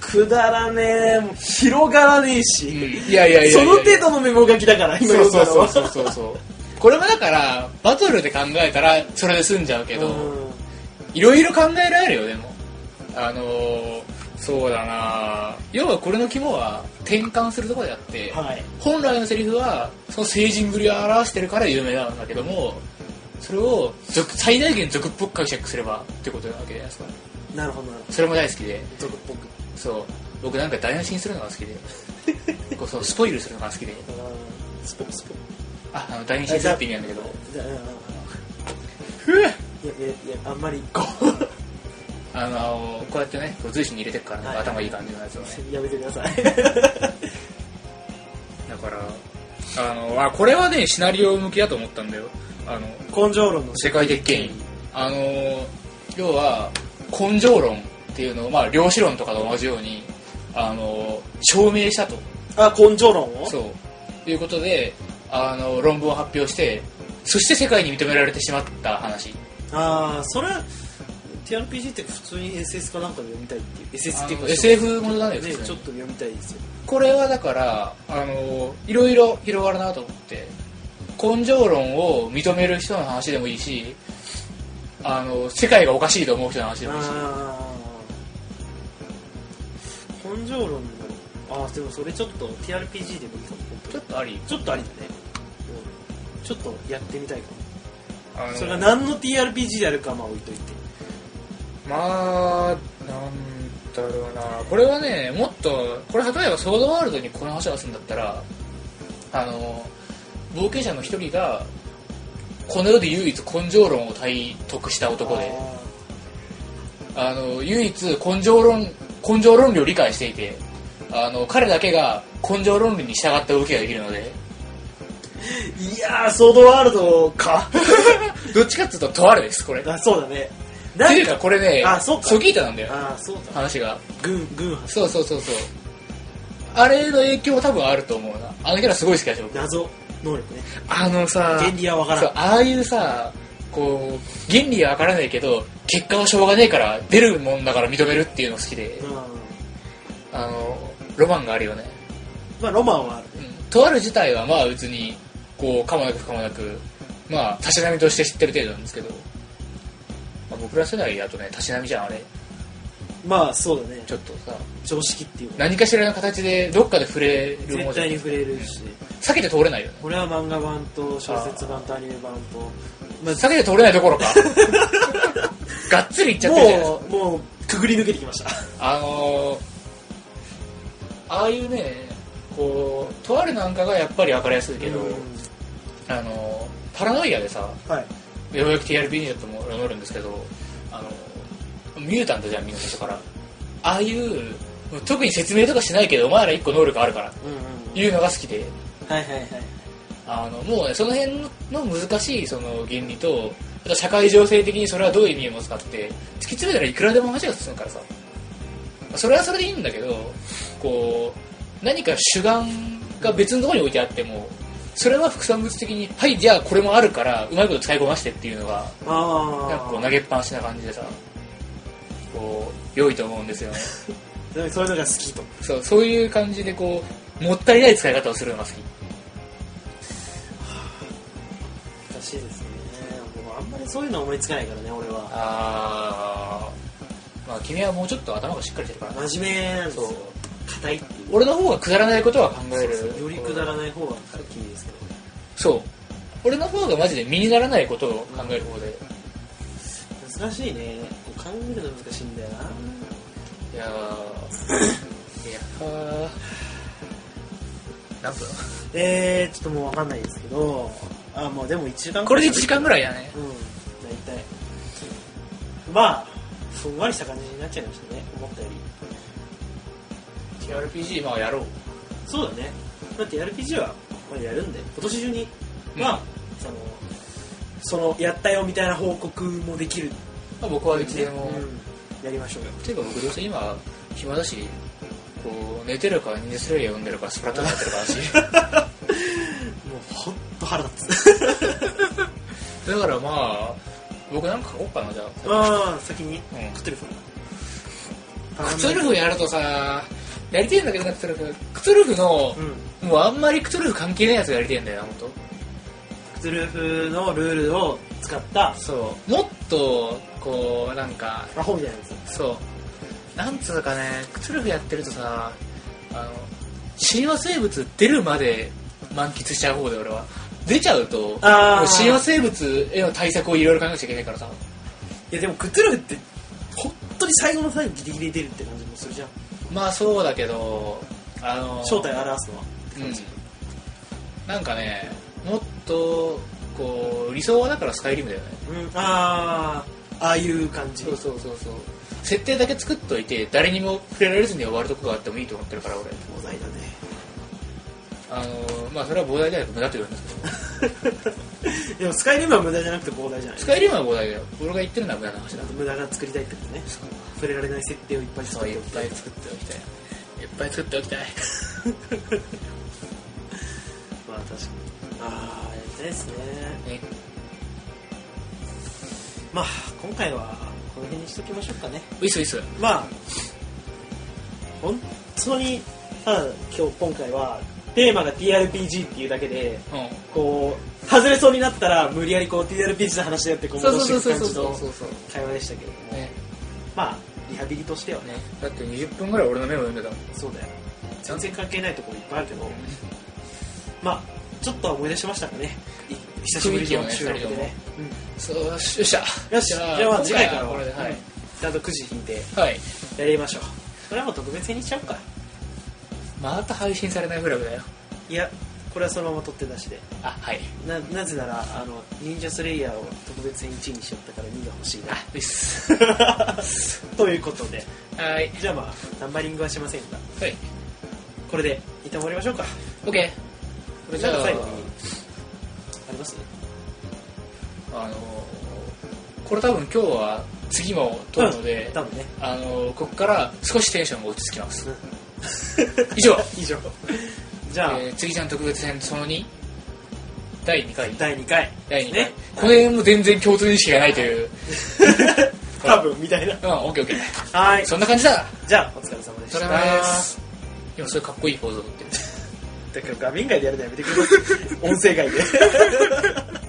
Speaker 1: くだらねえもう広がらねえし、
Speaker 2: いやいやいやいや
Speaker 1: その程度のメモ書きだから今
Speaker 2: そう
Speaker 1: 読ん
Speaker 2: そ
Speaker 1: だ
Speaker 2: う
Speaker 1: の
Speaker 2: そう
Speaker 1: は
Speaker 2: そうそうそうこれもだからバトルで考えたらそれで済んじゃうけど
Speaker 1: うん
Speaker 2: いろいろ考えられるよでもあのーそうだな要はこれの肝は転換するところであって、
Speaker 1: はい
Speaker 2: 本来のセリフはその成人ぶりを表してるから有名なんだけどもそれを俗最大限俗っぽく解釈すればってことなわけじゃないですか
Speaker 1: なるほどなるほ
Speaker 2: それも大好きで
Speaker 1: ど俗っぽく
Speaker 2: そう僕なんか台無しにするのが好 きでこうそうスポイルするのが好きで
Speaker 1: うんスポスポ
Speaker 2: ああの台無しにするって意味なんだけど
Speaker 1: じゃあうんうんうん
Speaker 2: ふぅ
Speaker 1: いやいやいやあんまりこう
Speaker 2: あのこうやってね、こう随所に入れてくからね、
Speaker 1: はい
Speaker 2: 頭いい感じのやつをね。
Speaker 1: やめてくだ さい
Speaker 2: だから、あのあ、これはね、シナリオ向きだと思ったんだよ。あの、
Speaker 1: 根性論の
Speaker 2: 世界的権威。あの要は、根性論っていうのを、まあ、量子論とかと同じように、あの証明したと。
Speaker 1: あ根性論を
Speaker 2: そう。ということで、あの論文を発表して、そして世界に認められてしまった話。
Speaker 1: ああそれ TRPG って普通に SS かなんかで読みたいっていう SS っていう
Speaker 2: あ
Speaker 1: か
Speaker 2: の SF ものだね、普
Speaker 1: ね
Speaker 2: 通に
Speaker 1: ちょっと読みたいですよ
Speaker 2: これはだからあのいろいろ広がるなと思って根性論を認める人の話でもいいしあの世界がおかしいと思う人の話でもいいし
Speaker 1: ああ根性論のああでもそれちょっと TRPG でもいいかも本当
Speaker 2: ちょ
Speaker 1: に
Speaker 2: っとあり
Speaker 1: ちょっとありだね、うん、ちょっとやってみたいかも
Speaker 2: あの
Speaker 1: それが何の TRPG であるかはまあ置いといて
Speaker 2: まあなんだろうなこれはねもっとこれ例えばソードワールドにこの話を出すんだったらあの冒険者の一人がこの世で唯一根性論を体得した男であの唯一根性論根性論理を理解していてあの彼だけが根性論理に従った動きができるので
Speaker 1: いやーソードワールドか
Speaker 2: どっちかっていうととあれですこれって
Speaker 1: あそうだねなん
Speaker 2: いうかこれね
Speaker 1: あそうか
Speaker 2: ソギータなんだよ
Speaker 1: ああそうだ
Speaker 2: 話が
Speaker 1: 軍軍派
Speaker 2: そうそうそうそうあれの影響多分あると思うなあのキャラすごい好きだし僕
Speaker 1: 謎能力ね
Speaker 2: あのさ
Speaker 1: 原理はわからん
Speaker 2: そうああいうさこう原理はわからないけど結果はしょうがねえから出るもんだから認めるっていうの好きで
Speaker 1: うん
Speaker 2: あのロマンがあるよね
Speaker 1: まあロマンはある
Speaker 2: うんとある自体はまあ別にこうかもなく不可もなくまあたしなみとして知ってる程度なんですけど、まあ、僕ら世代だとねたしなみじゃんあれ
Speaker 1: まあそうだね
Speaker 2: ちょっとさ
Speaker 1: 常識っていうのは
Speaker 2: 何かしらの形でどっかで触れるもの
Speaker 1: 絶
Speaker 2: じゃな
Speaker 1: 対
Speaker 2: い
Speaker 1: に触れるし
Speaker 2: 避けて通れないよね、
Speaker 1: 俺は漫画版と小説版とアニメ版と
Speaker 2: まあ、避けて通れないどこ ろかがっつりいっちゃってるじゃないですか
Speaker 1: もうもうくぐり抜けてきました
Speaker 2: あのー、ああいうねこうとあるなんかがやっぱり分かりやすいけど、
Speaker 1: うん
Speaker 2: あのーパラノイアでさ
Speaker 1: はい
Speaker 2: ようやく TRB にだとも乗るんですけどあのミュータントじゃんみんな最初からああいう特に説明とかしないけどお前ら一個能力あるから
Speaker 1: うんうん
Speaker 2: いうのが好きで
Speaker 1: はいはいはい
Speaker 2: あのもうねその辺の難しいその原理とあと社会情勢的にそれはどういう意味を持つかって突き詰めたらいくらでも話が進むからさそれはそれでいいんだけどこう何か主眼が別のところに置いてあってもそれは副産物的にはいじゃあこれもあるからうまいこと使いこなしてっていうのが
Speaker 1: ああ
Speaker 2: なんかこう投げっぱなしな感じでさこう良いと思うんですよね
Speaker 1: なんかそういうのが好きと
Speaker 2: そうそういう感じでこうもったいない使い方をするのが好き
Speaker 1: 難しいですねもうあんまりそういうの思いつかないからね俺は
Speaker 2: あーまあ君はもうちょっと頭がしっかりしてるからな
Speaker 1: 真面目なんですよ
Speaker 2: そう
Speaker 1: 硬いっていう
Speaker 2: 俺の方がくだらないことは考える
Speaker 1: よりくだらない方がさっきですけど
Speaker 2: そう俺の方がマジで身にならないことを考える方で、
Speaker 1: 難しいねこう考えるの難しいんだよない
Speaker 2: やーいやー何分
Speaker 1: えー、ちょっともう分かんないですけどあもうでも一番
Speaker 2: これで1時間ぐらいやね
Speaker 1: うん大体まあふんわりした感じになっちゃいましたね思ったより
Speaker 2: TRPG まあやろう
Speaker 1: そうだねだって RPG はまあやるんで今年中にまあ、そのそのやったよみたいな報告もできる
Speaker 2: まあ僕はいつでも、
Speaker 1: やりましょうよ
Speaker 2: ていうか僕どうせ今暇だしこう寝てるかニュースレイヤー読んでるかスプラトゥーンやってるかだ し
Speaker 1: もうほんと腹立つ
Speaker 2: だからまあ僕なんか書こうかなじゃあ、
Speaker 1: まあ先に
Speaker 2: うん
Speaker 1: クトゥルフ
Speaker 2: クトゥルフやるとさやりてえんだけどなクトゥルフクトゥルフの
Speaker 1: う、ん
Speaker 2: もうあんまりクトゥルフ関係ないやつがやりてえんだよな本
Speaker 1: クトゥルフのルールを使った
Speaker 2: 当。そうもっとこうなんか
Speaker 1: アホみたいなやつ
Speaker 2: そうなんつうかねクトゥルフやってるとさあの神話生物出るまで満喫しちゃう方で俺は出ちゃうともう
Speaker 1: あー
Speaker 2: 神話生物への対策をいろいろ考えなくちゃいけないからさ
Speaker 1: いやでもクトゥルフって本当に最後の最後ギリギリ出るって感じもするじゃん
Speaker 2: まあそうだけどあの
Speaker 1: 正体を表すのは
Speaker 2: うん、なんかねもっとこう理想はだからスカイリムだよね
Speaker 1: うんああああいう感じ
Speaker 2: そうそうそうそう設定だけ作っといて誰にも触れられずに終わるとこがあってもいいと思ってるから俺
Speaker 1: お題だね
Speaker 2: あのーまあそれは膨大じゃなく無駄と言うんですけ ど
Speaker 1: でもスカイリムは無駄じゃなくて膨大じゃない
Speaker 2: スカイリムは膨大だよ俺が言ってるのは無駄な話
Speaker 1: あ
Speaker 2: だ
Speaker 1: と無駄が作りたいってことね触れられない設定をいっぱい作
Speaker 2: そう
Speaker 1: って
Speaker 2: いっ
Speaker 1: おきた
Speaker 2: ぱ
Speaker 1: い
Speaker 2: い作っておきたいいっぱい作っておきたい
Speaker 1: まあ確かにああやりたいですね
Speaker 2: ね
Speaker 1: まあ今回はこの辺にしときましょうかね
Speaker 2: ウィスウィス
Speaker 1: まあ本当にただ今日今回はテーマが TRPG っていうだけで
Speaker 2: う
Speaker 1: こう外れそうになったら無理やりこう TRPG の話でやってこ
Speaker 2: ん
Speaker 1: う
Speaker 2: そう
Speaker 1: 戻
Speaker 2: そう
Speaker 1: して
Speaker 2: そ
Speaker 1: いうく
Speaker 2: そ
Speaker 1: 感
Speaker 2: う
Speaker 1: じ
Speaker 2: そう
Speaker 1: の
Speaker 2: そうそう
Speaker 1: 会話でしたけれども、
Speaker 2: ね
Speaker 1: まあリハビリとしてはね
Speaker 2: ねだって20分ぐらい俺のメモ読んでたもん
Speaker 1: そうだよ全然関係ないところいっぱいあるけど、まあちょっとは思い出しましたかねい久しぶりの収録で
Speaker 2: 雰囲気をね
Speaker 1: ね、うん
Speaker 2: そうよっしゃ
Speaker 1: よし、じゃあまあ次回からは
Speaker 2: これではい、
Speaker 1: ちゃんとくじ引いて
Speaker 2: はい
Speaker 1: やりましょう。これはもう特別にしちゃおうか。
Speaker 2: また配信されないフラグだよ
Speaker 1: いや、これはそのまま取って出しで。
Speaker 2: あはい
Speaker 1: な、なぜなら、あの、忍者スレイヤーを特別に1位にしちゃったから2が欲しい
Speaker 2: あウィス
Speaker 1: な。ということで、
Speaker 2: はい
Speaker 1: じゃあまあ、ナンバリングはしませんが、
Speaker 2: はい
Speaker 1: これで一旦終わりましょうか。
Speaker 2: オッケー
Speaker 1: じゃあ最後に、あります
Speaker 2: あのーこれ多分今日は次も撮るので、
Speaker 1: 多分ね。
Speaker 2: あのーここから少しテンションが落ち着きます以上、
Speaker 1: 以上。 じゃあ、
Speaker 2: えー、次ちゃん特別編その2第2回
Speaker 1: 第2回。
Speaker 2: 第2回、
Speaker 1: ね
Speaker 2: この辺も全然共通認識がないという
Speaker 1: 多分、みたいな。
Speaker 2: うんオッケーオッケー
Speaker 1: はい。
Speaker 2: そんな感じだ
Speaker 1: じゃあ、お疲れ様でし
Speaker 2: そ
Speaker 1: た。
Speaker 2: れです今それかっこいいポーズを撮ってる
Speaker 1: だから画面外でやるのやめてください。音声外で。